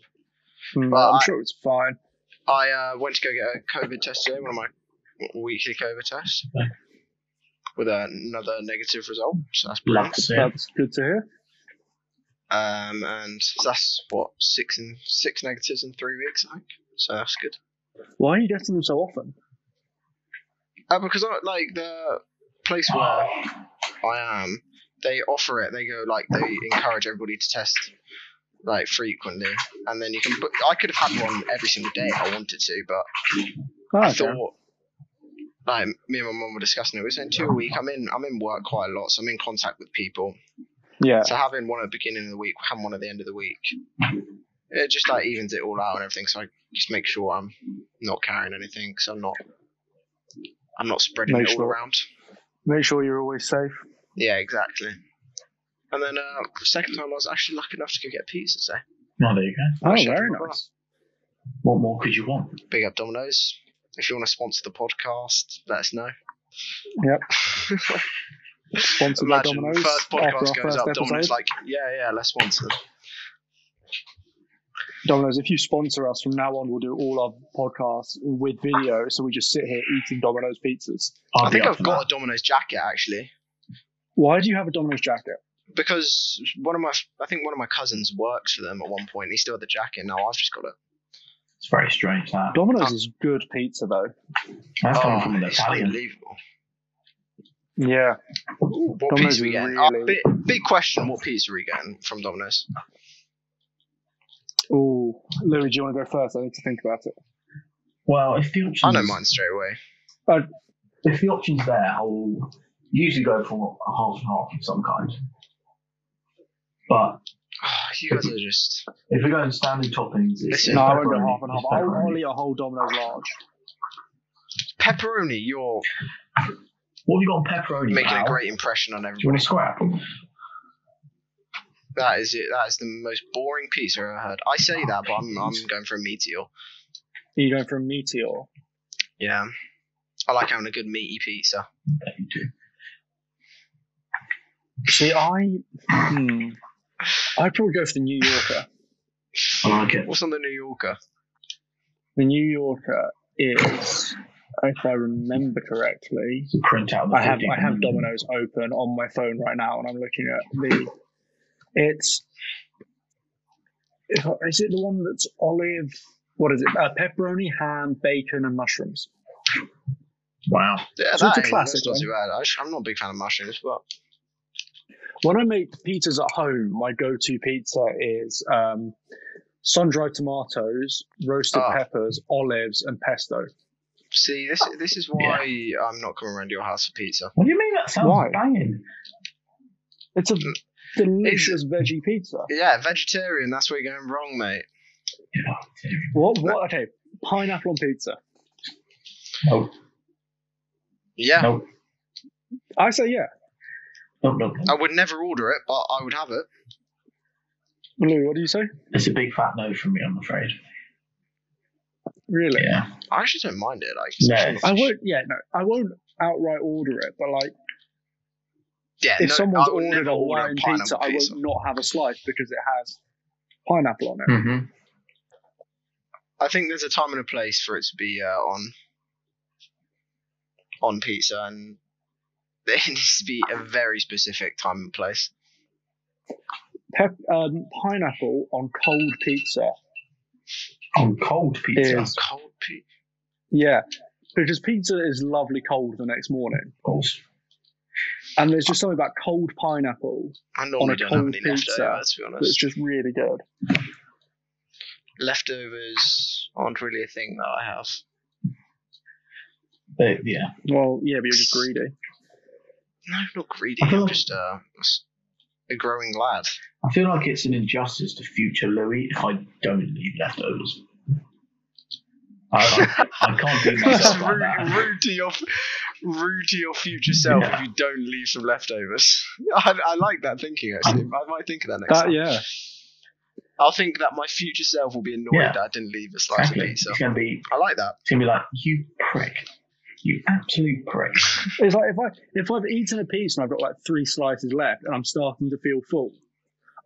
S1: Mm,
S2: Well,
S1: I'm
S2: I-
S1: sure it's fine.
S2: I uh, went to go get a COVID test today, one of my weekly COVID tests,
S3: Yeah.
S2: with another negative result. So that's brilliant.
S3: Blacks. Yeah.
S1: That's good to hear.
S2: Um, and so that's what six and six negatives in three weeks, I think. So that's good.
S1: Why are you getting them so often?
S2: Uh, because I like the place where I am, they offer it. They go like they encourage everybody to test like frequently, and then you can. Book, I could have had one every single day if I wanted to, but
S1: Oh,
S2: I
S1: okay.
S2: thought like me and my mum were discussing it. It was in two a week. I'm in I'm in work quite a lot, so I'm in contact with people.
S1: yeah.
S2: So having one at the beginning of the week, having one at the end of the week, it just like evens it all out and everything. So I just make sure I'm not carrying anything, so I'm not I'm not spreading
S1: Make
S2: it all
S1: sure.
S2: around.
S1: Make sure you're always safe.
S2: Yeah, exactly. And then uh, the second time I was actually lucky enough to go get a pizza today.
S3: Oh, there you go.
S1: Oh,
S2: Actually, I
S1: very
S2: forgot.
S1: nice.
S3: What more could you want?
S2: Big up Domino's. If you want to sponsor the podcast, let us know. Yep.
S1: Sponsored by
S2: Imagine
S1: Domino's.
S2: first
S1: after our
S2: podcast goes
S1: first
S2: up,
S1: episode.
S2: Domino's like, yeah, yeah, let's sponsor them.
S1: Domino's, if you sponsor us from now on, we'll do all our podcasts with video. So we just sit here eating Domino's pizzas.
S3: I'll
S2: I think
S3: be up
S2: I've
S3: for
S2: got a Domino's jacket actually
S1: Why do you have a Domino's jacket?
S2: because one of my, I think one of my cousins works for them at one point. He still had the jacket. Now I've just got it.
S3: that. It's very strange that.
S1: Domino's is good pizza, though.
S3: That's coming
S2: Oh,
S3: from an
S2: it's
S3: Italian.
S2: unbelievable.
S1: Yeah.
S2: What
S1: Domino's
S2: pizza we
S1: is
S2: getting?
S1: really-
S2: Oh, big, big question. What pizza are we getting from Domino's?
S1: Oh, Louis, do you want to go first? I need to think about it.
S3: Well, if the options,
S2: I know mine straight away.
S3: If the options there, I'll usually go for a half and half of some kind. But
S2: Oh, you guys are just.
S3: if we're going standard toppings, it's,
S2: Listen,
S3: it's
S1: No, I won't go
S3: pepperoni,
S1: half and half.
S3: it's
S1: I'll,
S3: pepperoni.
S1: I'll eat a whole Domino's large.
S2: Pepperoni, you're
S3: What have you got on pepperoni?
S2: making
S3: pal?
S2: a great impression on
S3: Do you
S2: everybody.
S3: want to scrap?
S2: That is it. That is the most boring pizza I have heard. I say that, but I'm, I'm going for a meteor.
S1: Are you going for a meteor?
S2: Yeah. I like having a good meaty pizza.
S1: See, I. Hmm, I'd probably go for the New Yorker.
S3: I like it.
S2: What's on the New Yorker?
S1: The New Yorker is, if I remember correctly,
S3: It's a printout. Of the
S1: I have
S3: 15
S1: I have
S3: minute.
S1: Domino's open on my phone right now, and I'm looking at the. It's. if- Is it the one that's olive? What is it? Uh, pepperoni, ham, bacon, and mushrooms.
S3: Wow.
S2: Yeah,
S1: So it's a
S2: ain't-
S1: classic
S2: That's not
S1: one.
S2: too bad. I sh- I'm not a big fan of mushrooms, but
S1: When I make pizzas at home, my go-to pizza is um, sun-dried tomatoes, roasted
S2: Ah.
S1: peppers, olives, and pesto.
S2: see, this this is why I'm not coming around to your house for pizza.
S3: What do you mean that sounds
S1: Why?
S3: banging?
S1: It's a
S2: Mm.
S1: delicious veggie pizza.
S2: Yeah, vegetarian. That's where you're going wrong, mate.
S3: Yeah.
S1: What? What? Okay, pineapple on pizza.
S3: No,
S2: Yeah,
S3: no,
S1: I say yeah.
S3: no, no.
S2: I would never order it, but I would have it.
S1: Lou, what do you say?
S3: It's a big fat no from me, I'm afraid.
S1: Really?
S3: Yeah.
S2: I actually don't mind it. Like,
S3: No.
S2: especially if
S1: I
S2: it's-
S1: won't. Yeah, no, I won't outright order it. But like,
S2: Yeah,
S1: if
S2: no,
S1: someone's
S2: I would
S1: ordered
S2: never
S1: a
S2: order
S1: Hawaiian pizza,
S2: pineapple
S1: I will not have a slice because it has pineapple on it.
S2: Hmm.
S3: Mm-hmm.
S2: I think there's a time and a place for it to be uh, on on pizza, and there needs to be a very specific time and place.
S1: Pep, um, pineapple on cold pizza.
S3: On cold pizza.
S1: Is-
S2: Cold pizza.
S1: Yeah, because pizza is lovely cold the next morning,
S3: Of course.
S1: and there's just something about cold pineapple
S2: I normally
S1: a
S2: don't have
S1: cold
S2: any
S1: pizza,
S2: leftovers, to be
S1: that's
S2: honest.
S1: just really good.
S2: Leftovers aren't really a thing that I have.
S3: They- yeah.
S1: Well, yeah, but you're just greedy.
S2: No, I'm not greedy.
S1: Uh-huh.
S3: I feel
S2: I'm
S3: like-
S2: just uh, s- a growing lad.
S3: I feel like it's an injustice to future Louis if I don't leave leftovers. I, I, I can't do
S2: It's
S3: myself like
S2: rude,
S3: that.
S2: rude to your, rude to your future self if you don't leave some leftovers. I, I like that thinking actually. I might think of that next
S1: Um, That
S2: time.
S1: yeah,
S2: I'll think that my future self will be annoyed
S3: Yeah.
S2: that I didn't leave a slice
S3: Exactly.
S2: of pizza.
S3: It's gonna be
S2: I like that.
S3: it's gonna be like you prick. You absolute prick.
S1: it's like if I if I've eaten a piece and I've got like three slices left and I'm starting to feel full,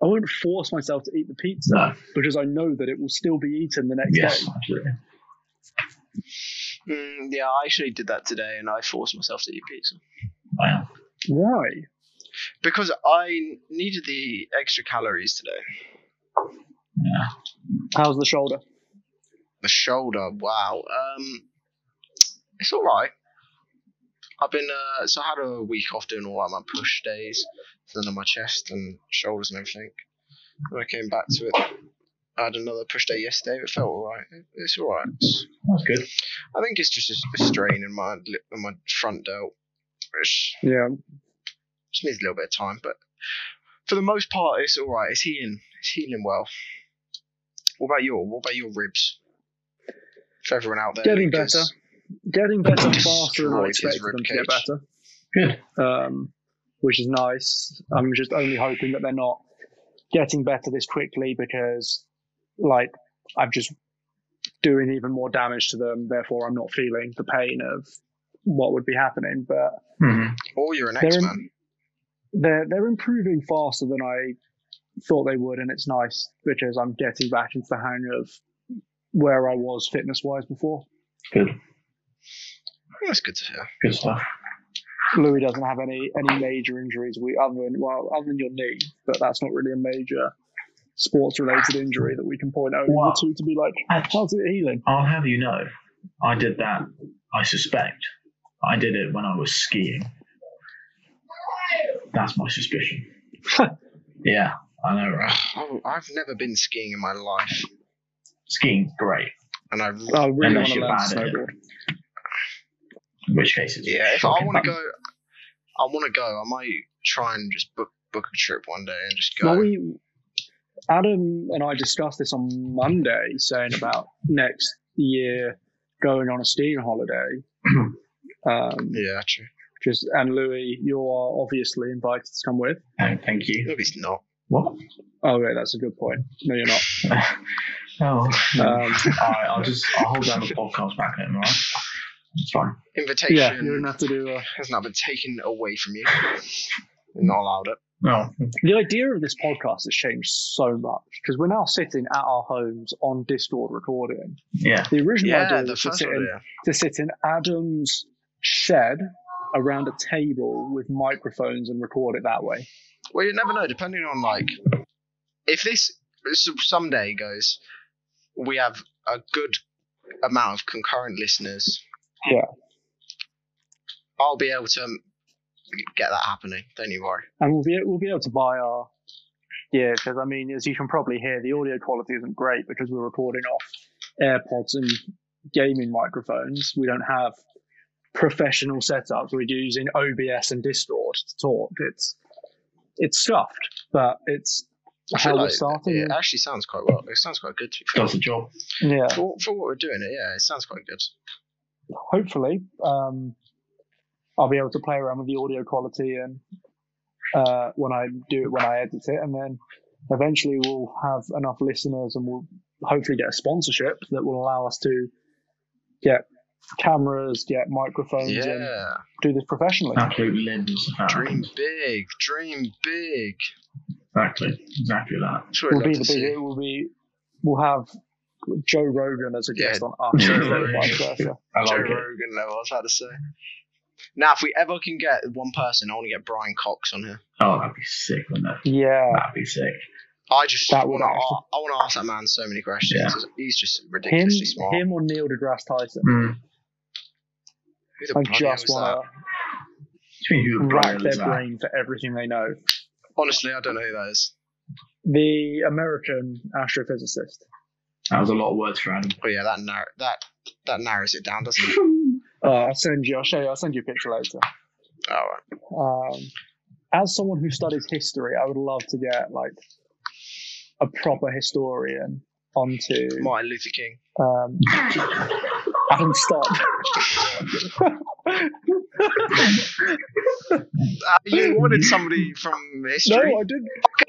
S1: I won't force myself to eat the pizza
S3: No.
S1: because I know that it will still be eaten the next
S3: Yes,
S1: day.
S3: absolutely.
S2: Mm, yeah, I actually did that today, and I forced myself to eat pizza
S3: Wow.
S1: Why?
S2: because I needed the extra calories today.
S3: Yeah.
S1: How's the shoulder?
S2: The shoulder, wow. Um, it's all right. I've been uh, so I had a week off doing all like my push days, so then on my chest and shoulders and everything. When I came back to it, I had another push day yesterday. It felt alright. It's alright. It's-
S3: That's good.
S2: I think it's just a, a strain in my lip, in my front delt, which
S1: Yeah.
S2: just needs a little bit of time. But for the most part, it's alright. It's healing. It's healing well. What about your? What about your ribs? For everyone out there,
S1: Getting
S2: Lucas.
S1: better. Getting better faster than I
S2: Destroyed his
S1: expected them to get
S2: ribcage.
S1: better.
S3: Good.
S1: um, which is nice. I'm just only hoping that they're not getting better this quickly because, like, I'm just doing even more damage to them. Therefore, I'm not feeling the pain of what would be happening. But
S3: hmm
S2: Or you're an
S1: They're-
S2: X man.
S1: they're they're improving faster than I thought they would, and it's nice because I'm getting back into the hang of where I was fitness wise before.
S3: Good.
S2: That's good to hear.
S3: Good stuff.
S1: Louis doesn't have any any major injuries. We other than well, other than your knee, but that's not really a major sports related injury that we can point over
S3: Wow.
S1: to to be like, how's it healing?
S3: I'll have you know, I did that. I suspect I did it when I was skiing. That's my suspicion. yeah, I know, right?
S2: Oh, I've never been skiing in my life,
S3: Skiing's great,
S2: and I
S1: I really want
S3: Unless
S1: to
S3: you're
S1: learn to
S3: bad at it.
S1: snowboard.
S3: in which case it's
S2: yeah. If I
S3: shocking
S2: want to
S3: fun.
S2: go, I want to go. I might try and just book book a trip one day and just go.
S1: Well, we Adam and I discussed this on Monday, saying about next year going on a skiing holiday. um,
S2: yeah, true.
S1: Just and Louis, you are obviously invited to come with.
S3: No, thank you.
S2: Maybe it's not.
S3: What?
S1: Oh, yeah, that's a good point. No, you're not.
S3: oh, no.
S1: Um,
S3: all right. I'll just I'll hold down the podcast back then, all right? It's fine.
S2: Invitation
S1: yeah, you're gonna have to do. A,
S2: has not been taken away from you. You're not allowed it.
S3: No,
S1: The idea of this podcast has changed so much because we're now sitting at our homes on Discord recording.
S3: yeah,
S1: The original
S2: Yeah,
S1: idea
S2: the
S1: was to
S2: first
S1: sit,
S2: one.
S1: in,
S2: Yeah.
S1: to sit in Adam's shed around a table with microphones and record it that way.
S2: Well, you never know. Depending on like, if this s- someday goes, we have a good amount of concurrent listeners.
S1: Yeah.
S2: I'll be able to um, get that happening. Don't you worry.
S1: And we'll be, we'll be able to buy our. Yeah, because I mean, as you can probably hear, the audio quality isn't great because we're recording off AirPods and gaming microphones. We don't have professional setups. We're using OBS and Discord to talk. It's it's stuffed, but it's
S2: I
S1: how
S2: feel
S1: we're
S2: like
S1: starting.
S2: It actually sounds quite well. It sounds quite good. To be fair.
S3: does the job.
S1: Yeah,
S2: For, for what we're doing, it yeah, it sounds quite good.
S1: hopefully, um, I'll be able to play around with the audio quality and uh, when I do it when I edit it, and then eventually we'll have enough listeners and we'll hopefully get a sponsorship that will allow us to get cameras, get microphones, and
S2: Yeah,
S1: do this professionally.
S3: Absolute limbs. if that
S2: dream
S3: happens.
S2: big, dream big.
S3: Exactly, exactly that.
S2: That's what I'd
S1: will
S2: love
S1: be
S2: to
S1: the big.
S2: see.
S1: It will be. We'll have Joe Rogan as a
S2: Yeah,
S1: guest on our show,
S3: Joe
S1: and vice
S3: Rogan.
S1: versa.
S3: I
S2: Joe
S3: like it.
S2: Rogan level, I was about to say. Now, if we ever can get one person, I want to get Brian Cox on here.
S3: Oh, that'd be sick, wouldn't it?
S1: Yeah,
S3: That'd be sick.
S2: I just
S1: That
S2: want
S1: would
S2: to.
S1: actually-
S2: I want to ask that man so many questions. He's just
S1: him,
S2: ridiculously smart.
S1: him or Neil deGrasse Tyson.
S3: Mm.
S2: Who the
S1: I
S2: bloody hell is
S1: just want
S2: that?
S3: Between you
S1: to
S3: and
S1: rack
S3: Brian,
S1: their
S3: is that?
S1: brain for everything they know.
S2: Honestly, I don't know who that is.
S1: The American astrophysicist.
S3: that was a lot of words for Adam.
S2: Oh yeah, that narr- that that narrows it down, doesn't it?
S1: Uh, I'll send you. I'll show you. I'll send you a picture later.
S2: All right.
S1: Um, as someone who studies history, I would love to get like a proper historian onto.
S2: Martin Luther King.
S1: Um, Adam, stop.
S2: Uh, you wanted somebody from
S1: No,
S2: history.
S1: I did. I
S2: Okay,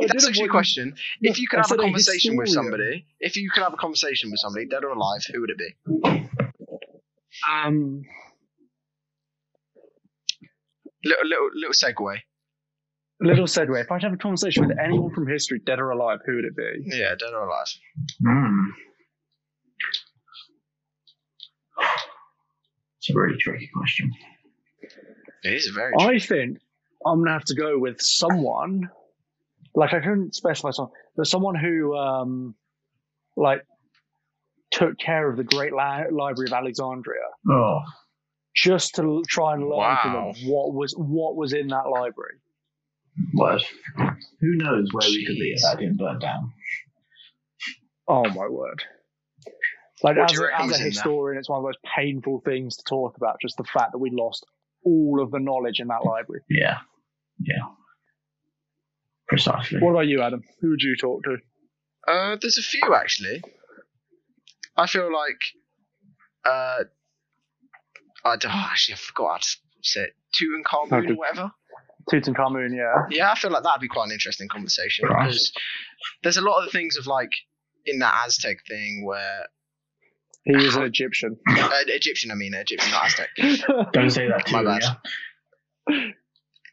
S2: that's
S1: didn't
S2: actually a
S1: want-
S2: question.
S1: No,
S2: If you could
S1: I
S2: have a
S1: said a
S2: conversation with
S1: historian.
S2: somebody, if you could have a conversation with somebody, dead or alive, who would it be?
S1: Um,
S2: Little little little segue.
S1: little segue. If I would have a conversation with anyone from history, dead or alive, who would it be?
S2: Yeah, dead or alive.
S3: Mm. It's a really tricky question.
S2: It is very.
S1: I think I'm gonna have to go with someone. Like I couldn't specify someone, but someone who, um, like, took care of the Great Li- Library of Alexandria
S3: Oh,
S1: just to l- try and learn from
S2: Wow.
S1: them what was what was in that library.
S3: Well, who knows where we could be if that didn't burn down?
S1: Oh my word! Like
S2: What
S1: as,
S2: do you
S1: a-
S2: reckon
S1: as
S2: was
S1: a
S2: in that?
S1: historian, it's one of the most painful things to talk about. Just the fact that we lost all of the knowledge in that library.
S3: Yeah, yeah, precisely.
S1: What about you, Adam? Who would you talk to?
S2: Uh, there's a few actually. I feel like, uh, I don't actually. I forgot how to say it. Tutankhamun
S1: Okay.
S2: or whatever.
S1: Tutankhamun, yeah.
S2: Yeah, I feel like that'd be quite an interesting conversation
S3: Right.
S2: because there's a lot of things of like in that Aztec thing where
S1: He was an Egyptian.
S2: uh, Egyptian, I mean Egyptian, not Aztec.
S3: Don't say that to
S2: My
S3: me.
S2: bad.
S3: Yeah?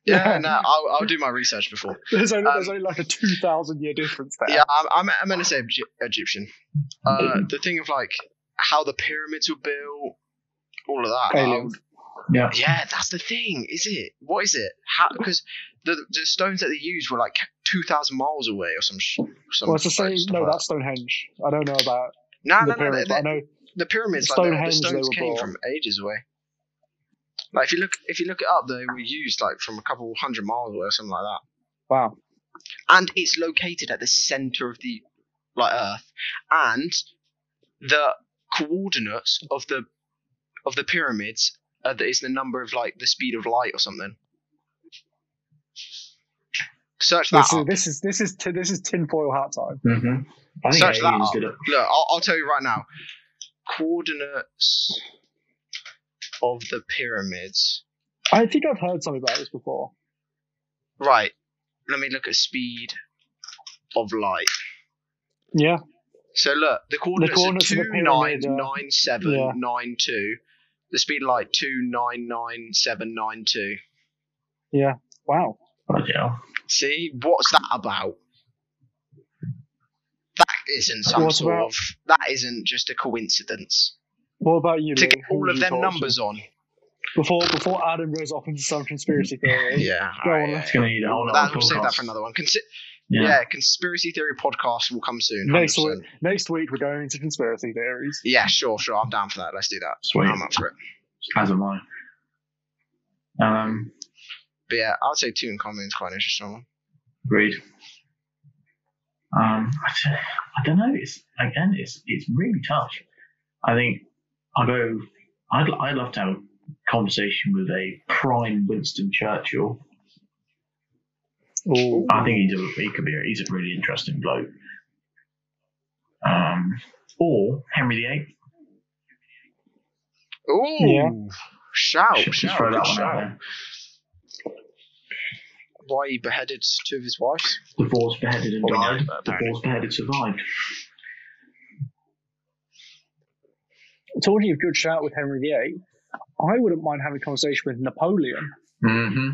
S2: Yeah, no, I'll, I'll do my research before.
S1: There's only, there's only like a 2,000 year difference there.
S2: Um, Yeah, I'm, I'm, I'm going to say Egy- Egyptian. Uh, the thing of like how the pyramids were built, all of that.
S1: Aliens.
S3: Yeah.
S2: Yeah, that's the thing. Is it? What is it? How? Because the the stones that they used were like two thousand miles away or some. Sh- some
S1: Well, it's the same.
S2: like stuff
S1: No,
S2: like
S1: that's Stonehenge. I don't know about
S2: that. no,
S1: the
S2: no, no.
S1: pyramids,
S2: they-
S1: but I know.
S2: the pyramids, like the, the
S1: Stonehenge, they
S2: stones
S1: were
S2: came
S1: bought.
S2: from ages away. Like if you look, if you look it up, they were used like from a couple hundred miles away or something like that.
S1: Wow.
S2: and it's located at the center of the like Earth, and the coordinates of the of the pyramids are the, is the number of like the speed of light or something. Search that
S1: This
S2: up.
S1: is, this is this is ti- this is tinfoil hat time.
S3: Mm-hmm. I think
S2: Search that
S3: aliens
S2: up.
S3: did it.
S2: Look, I'll, I'll tell you right now. Coordinates of the pyramids.
S1: I think I've heard something about this before.
S2: Right. Let me look at speed of light.
S1: Yeah.
S2: So look, the coordinates,
S1: coordinates of
S2: are
S1: the
S2: two nine
S1: pyramid are- uh,
S2: nine seven
S1: Yeah.
S2: nine two. The speed of light two nine nine seven nine two.
S1: Wow.
S3: Bloody hell.
S2: See, what's that about? That isn't some
S1: What's
S2: sort
S1: about-
S2: of. That isn't just a coincidence.
S1: What about you?
S2: To
S1: Lee?
S2: get
S1: Who
S2: all
S1: would
S2: of
S1: you
S2: them
S1: talk to?
S2: numbers on.
S1: before before Adam goes off into some conspiracy theory.
S2: Yeah.
S1: Go
S2: alright,
S1: on,
S2: yeah,
S3: It's going to need a whole
S2: yeah.
S3: lot
S2: That,
S3: of
S2: we'll save that
S3: podcasts.
S2: for another one. Consi-
S3: Yeah.
S2: yeah. conspiracy theory podcast will come soon.
S1: Next
S2: 100%.
S1: week, next week we're going into conspiracy theories.
S2: Yeah, sure, sure. I'm down for that. Let's do that.
S3: Sweet.
S2: I'm up for it.
S3: As am I. Um,
S2: But yeah, I'd say two in common is quite an interesting one.
S3: agreed. Um, I, t- I don't know. It's again, it's it's really tough. I think I go. I'd l- I'd love to have a conversation with a prime Winston Churchill.
S1: Ooh.
S3: I think he's a he could be a, he's a really interesting bloke. Um, or Henry VIII.
S2: Ooh,
S1: Yeah.
S2: shout,
S3: Should just
S2: shout,
S3: throw that
S2: good
S3: one out
S2: shout.
S3: there.
S2: Why he beheaded two of his wives?
S3: The boar's beheaded and
S2: What we know
S3: died.
S2: about
S3: The
S2: that.
S3: boar's beheaded survived.
S1: Talking of good shout with Henry VIII, I wouldn't mind having a conversation with Napoleon.
S3: Mm-hmm.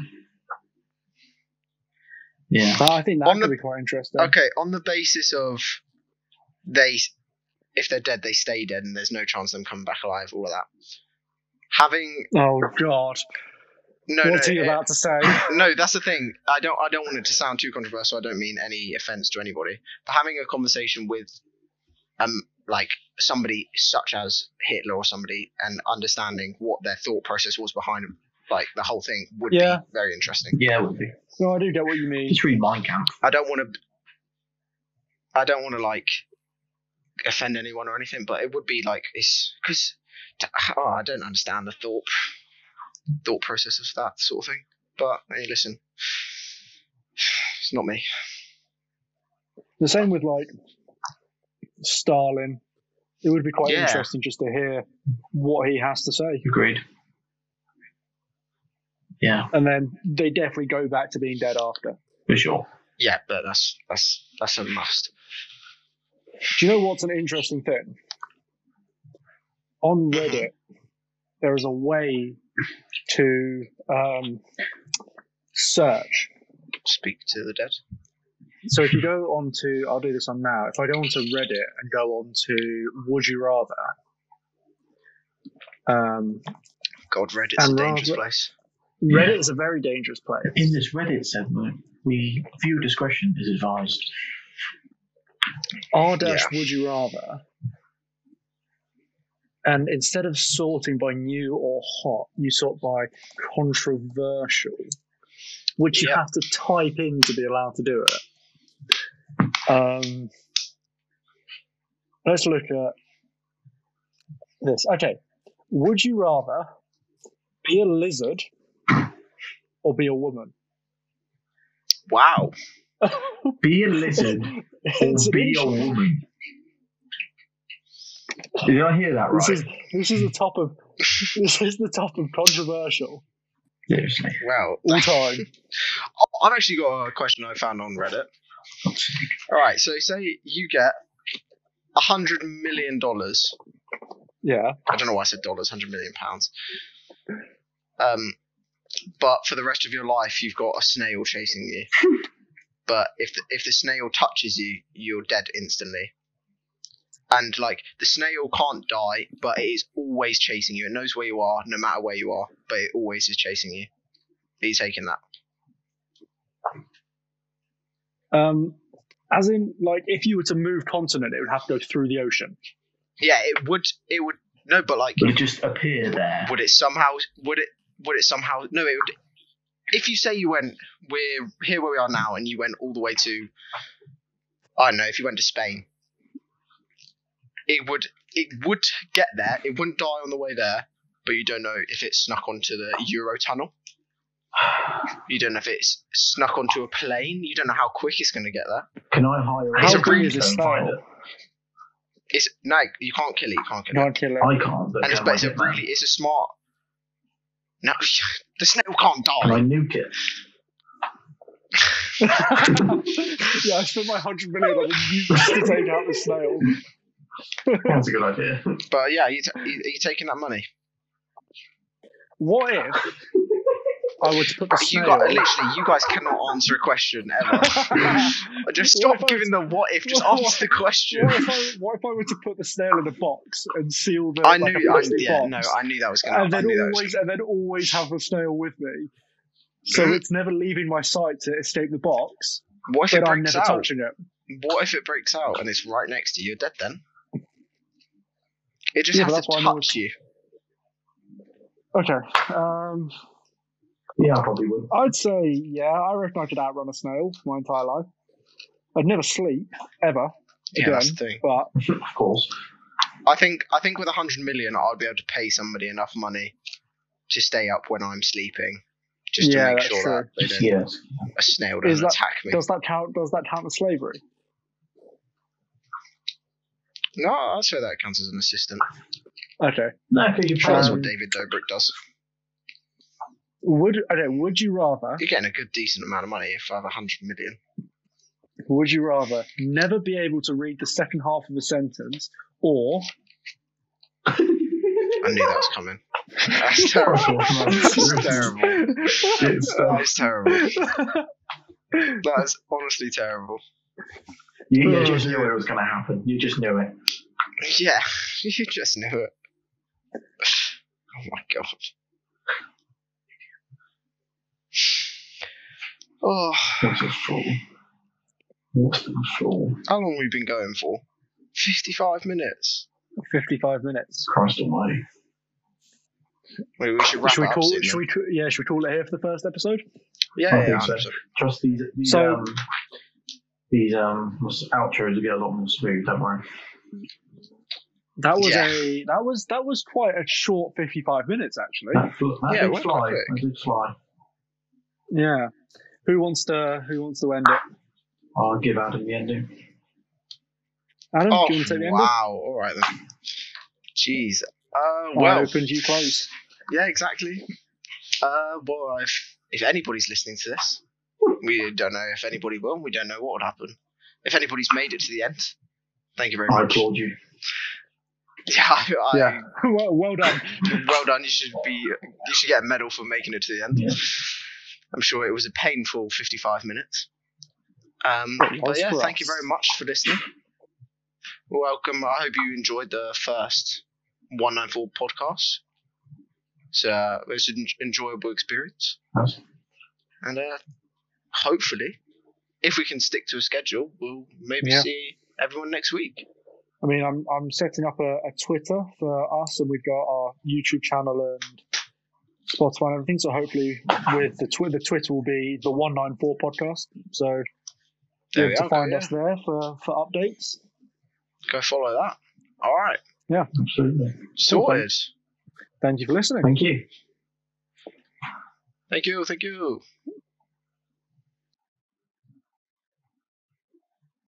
S3: Yeah.
S1: But I think that
S2: On
S1: could
S2: the-
S1: be quite interesting.
S2: Okay, on the basis of they, if they're dead, they stay dead, and there's no chance of them coming back alive. All of that. Having
S1: Oh God,
S2: no,
S1: what's
S2: no,
S1: he
S2: it-
S1: about to say?
S2: no, that's the thing. I don't, I don't want it to sound too controversial. I don't mean any offense to anybody. But having a conversation with, um, like somebody such as Hitler or somebody, and understanding what their thought process was behind, like the whole thing, would
S1: Yeah.
S2: be very interesting.
S3: Yeah, it would be.
S1: No, I do get what you mean.
S3: Just read Mein Kampf.
S2: I don't want to. I don't want to like offend anyone or anything, but it would be like it's because oh, I don't understand the thought thought process of that sort of thing. But hey, listen, it's not me.
S1: The same with like Stalin. It would be quite
S2: Yeah.
S1: interesting just to hear what he has to say.
S3: Agreed. Yeah,
S1: And then they definitely go back to being dead after.
S3: for sure.
S2: Yeah, but that's that's that's a must.
S1: Do you know what's an interesting thing? On Reddit, there is a way to um, search.
S2: Speak to the dead.
S1: So if you go on to, I'll do this on now. If I go onto Reddit and go on to Would You Rather, um,
S2: God, Reddit's
S1: And
S2: a dangerous
S1: rather-
S2: place.
S1: Reddit is a very dangerous place.
S3: In this Reddit segment, we viewer discretion is advised.
S1: R dash Would You Rather, and instead of sorting by new or hot, you sort by controversial. which you
S2: Yep.
S1: have to type in to be allowed to do it. Um, let's look at this. Okay. Would you rather be a lizard or be a woman?
S2: Wow.
S3: Be a lizard or
S1: It's an
S3: be a
S1: interesting-
S3: woman. Did I hear that
S1: This
S3: right?
S1: is this is the top of this is the top of controversial
S3: Seriously.
S2: Wow.
S1: all time.
S2: I- I've actually got a question I found on Reddit. All right, so say you get a hundred million dollars.
S1: Yeah.
S2: I don't know why I said dollars. Hundred million pounds. Um, but for the rest of your life, you've got a snail chasing you. but if the, if the snail touches you, you're dead instantly. And like the snail can't die, but it is always chasing you. It knows where you are, no matter where you are, but it always is chasing you. Are you taking that?
S1: Um, as in, like, if you were to move continent, it would have to go through the ocean.
S2: Yeah, it would. It would. No, but like,
S3: Would it just appear there?
S2: would it somehow? Would it? Would it somehow? No, it would. If you say you went, we're here where we are now, and you went all the way to, I don't know, if you went to Spain, it would. It would get there. It wouldn't die on the way there, but you don't know if it snuck onto the Euro tunnel. You don't know if it's snuck onto a plane. You don't know how quick it's going to get there.
S3: Can I hire
S2: How
S3: helicopter
S2: big is
S3: and
S1: this
S3: find
S1: snail?
S3: it?
S2: It's no, you can't kill it. You can't kill it.
S1: Can't kill it.
S3: I can't. But
S2: and it's,
S3: can
S2: but
S3: I
S2: it's a
S3: get that?
S2: really, it's a smart. No, the snail can't
S3: Can
S2: die.
S3: I nuke it?
S1: yeah, I spent my hundred million on used to take out the snail.
S3: That's a good idea.
S2: But yeah, you t- you, are you taking that money?
S1: What if I were to put the
S2: You
S1: snail?
S2: got literally, you guys cannot answer a question ever. just
S1: What
S2: stop
S1: if I-
S2: giving the what if. Just
S1: what-
S2: answer the question.
S1: what, if I, what if I were to put the snail in a box and seal the?
S2: I
S1: like,
S2: knew,
S1: a
S2: I,
S1: plastic
S2: yeah,
S1: box,
S2: no, I knew that was gonna.
S1: and
S2: Ah, I
S1: then
S2: knew that was
S1: always and then always have the snail with me, so
S2: Mhm.
S1: it's never leaving my sight to escape the box.
S2: what if it
S1: But I'm
S2: breaks
S1: never
S2: out?
S1: touching it.
S2: What if it breaks out and it's right next to you? You're dead then. It just
S1: Yeah, but that's
S2: has to
S1: why I'm always-
S2: touch you.
S1: Okay. Um,
S3: yeah, I probably would.
S1: I'd say, yeah, I reckon I could outrun a snail my entire life. I'd never sleep, ever,
S2: Yeah,
S1: Again.
S2: that's the thing.
S1: but
S3: of course.
S2: I think I think with a hundred million, I'd be able to pay somebody enough money to stay up when I'm sleeping, just
S1: Yeah,
S2: to make
S1: that's
S2: sure that they don't,
S3: Yes.
S2: a snail
S1: Is
S2: doesn't
S1: that-
S2: attack me.
S1: does that count does that count as slavery?
S2: No, I'd say that counts as an assistant.
S1: Okay.
S3: No, because you
S2: Sure, that's
S3: probably
S2: what
S1: Um,
S2: David Dobrik does.
S1: Would okay, would you rather
S2: You're getting a good, decent amount of money if I have a hundred million.
S1: would you rather never be able to read the second half of a sentence or
S2: I knew that was coming. That's terrible. That's terrible.
S3: It's, uh,
S2: That's terrible. That is honestly terrible.
S3: you, you just knew it was going to happen. You just knew it.
S2: Yeah, you just knew it. Oh my god. Oh,
S3: What's a fool? What's a fool?
S2: how long have we been going for? Fifty-five minutes.
S1: fifty five minutes?
S3: Christ almighty.
S2: Wait, we should wrap
S1: Should we
S2: it up
S1: call
S2: soon
S1: should
S2: then.
S1: we ca- yeah, should we call it here for the first episode?
S2: Yeah,
S3: I
S2: yeah,
S3: think so.
S2: 100%.
S3: Trust these, these,
S1: So-
S3: um, these um, what's- outros will get a lot more smooth, don't worry.
S1: That was
S2: Yeah.
S1: a that was that was quite a short fifty five minutes actually.
S3: That, fl- that
S2: Yeah, it
S3: did
S2: went
S3: fly.
S2: quite
S3: That did fly.
S1: Yeah. Who wants to who wants to end it?
S3: I'll give Adam the ending.
S1: Adam,
S2: Oh,
S1: do you want to take the end?
S2: wow. All right then. Jeez. Uh,
S1: Wide
S2: well,
S1: open, you close.
S2: yeah, exactly. Uh, well, if, if anybody's listening to this, we don't know if anybody will. We don't know what would happen. If anybody's made it to the end, thank you very
S3: I
S2: much.
S3: applaud you.
S2: Yeah, I, I-
S1: Yeah. well, well done.
S2: well done. You should be. You should get a medal for making it to the end.
S3: Yeah.
S2: I'm sure it was a painful 55 minutes. Um,
S1: It
S2: but
S1: was
S2: yeah,
S1: for
S2: thank you
S1: us.
S2: very much for listening. Welcome. I hope you enjoyed the first 194 podcast. So uh, it was an enjoyable experience,
S3: That's
S2: and uh, hopefully, if we can stick to a schedule, we'll maybe
S1: Yeah.
S2: see everyone next week.
S1: I mean, I'm I'm setting up a, a Twitter for us, and we've got our YouTube channel and Spotify and everything. So hopefully, with the Twitter, the Twitter will be the One Nine Four Podcast. So
S2: There
S1: you
S2: we
S1: have to
S2: are,
S1: find
S2: yeah.
S1: us there for for updates.
S2: Go follow that. All right.
S3: Absolutely.
S2: Sorted.
S1: Thank you for listening.
S3: Thank you.
S2: Thank you. Thank you.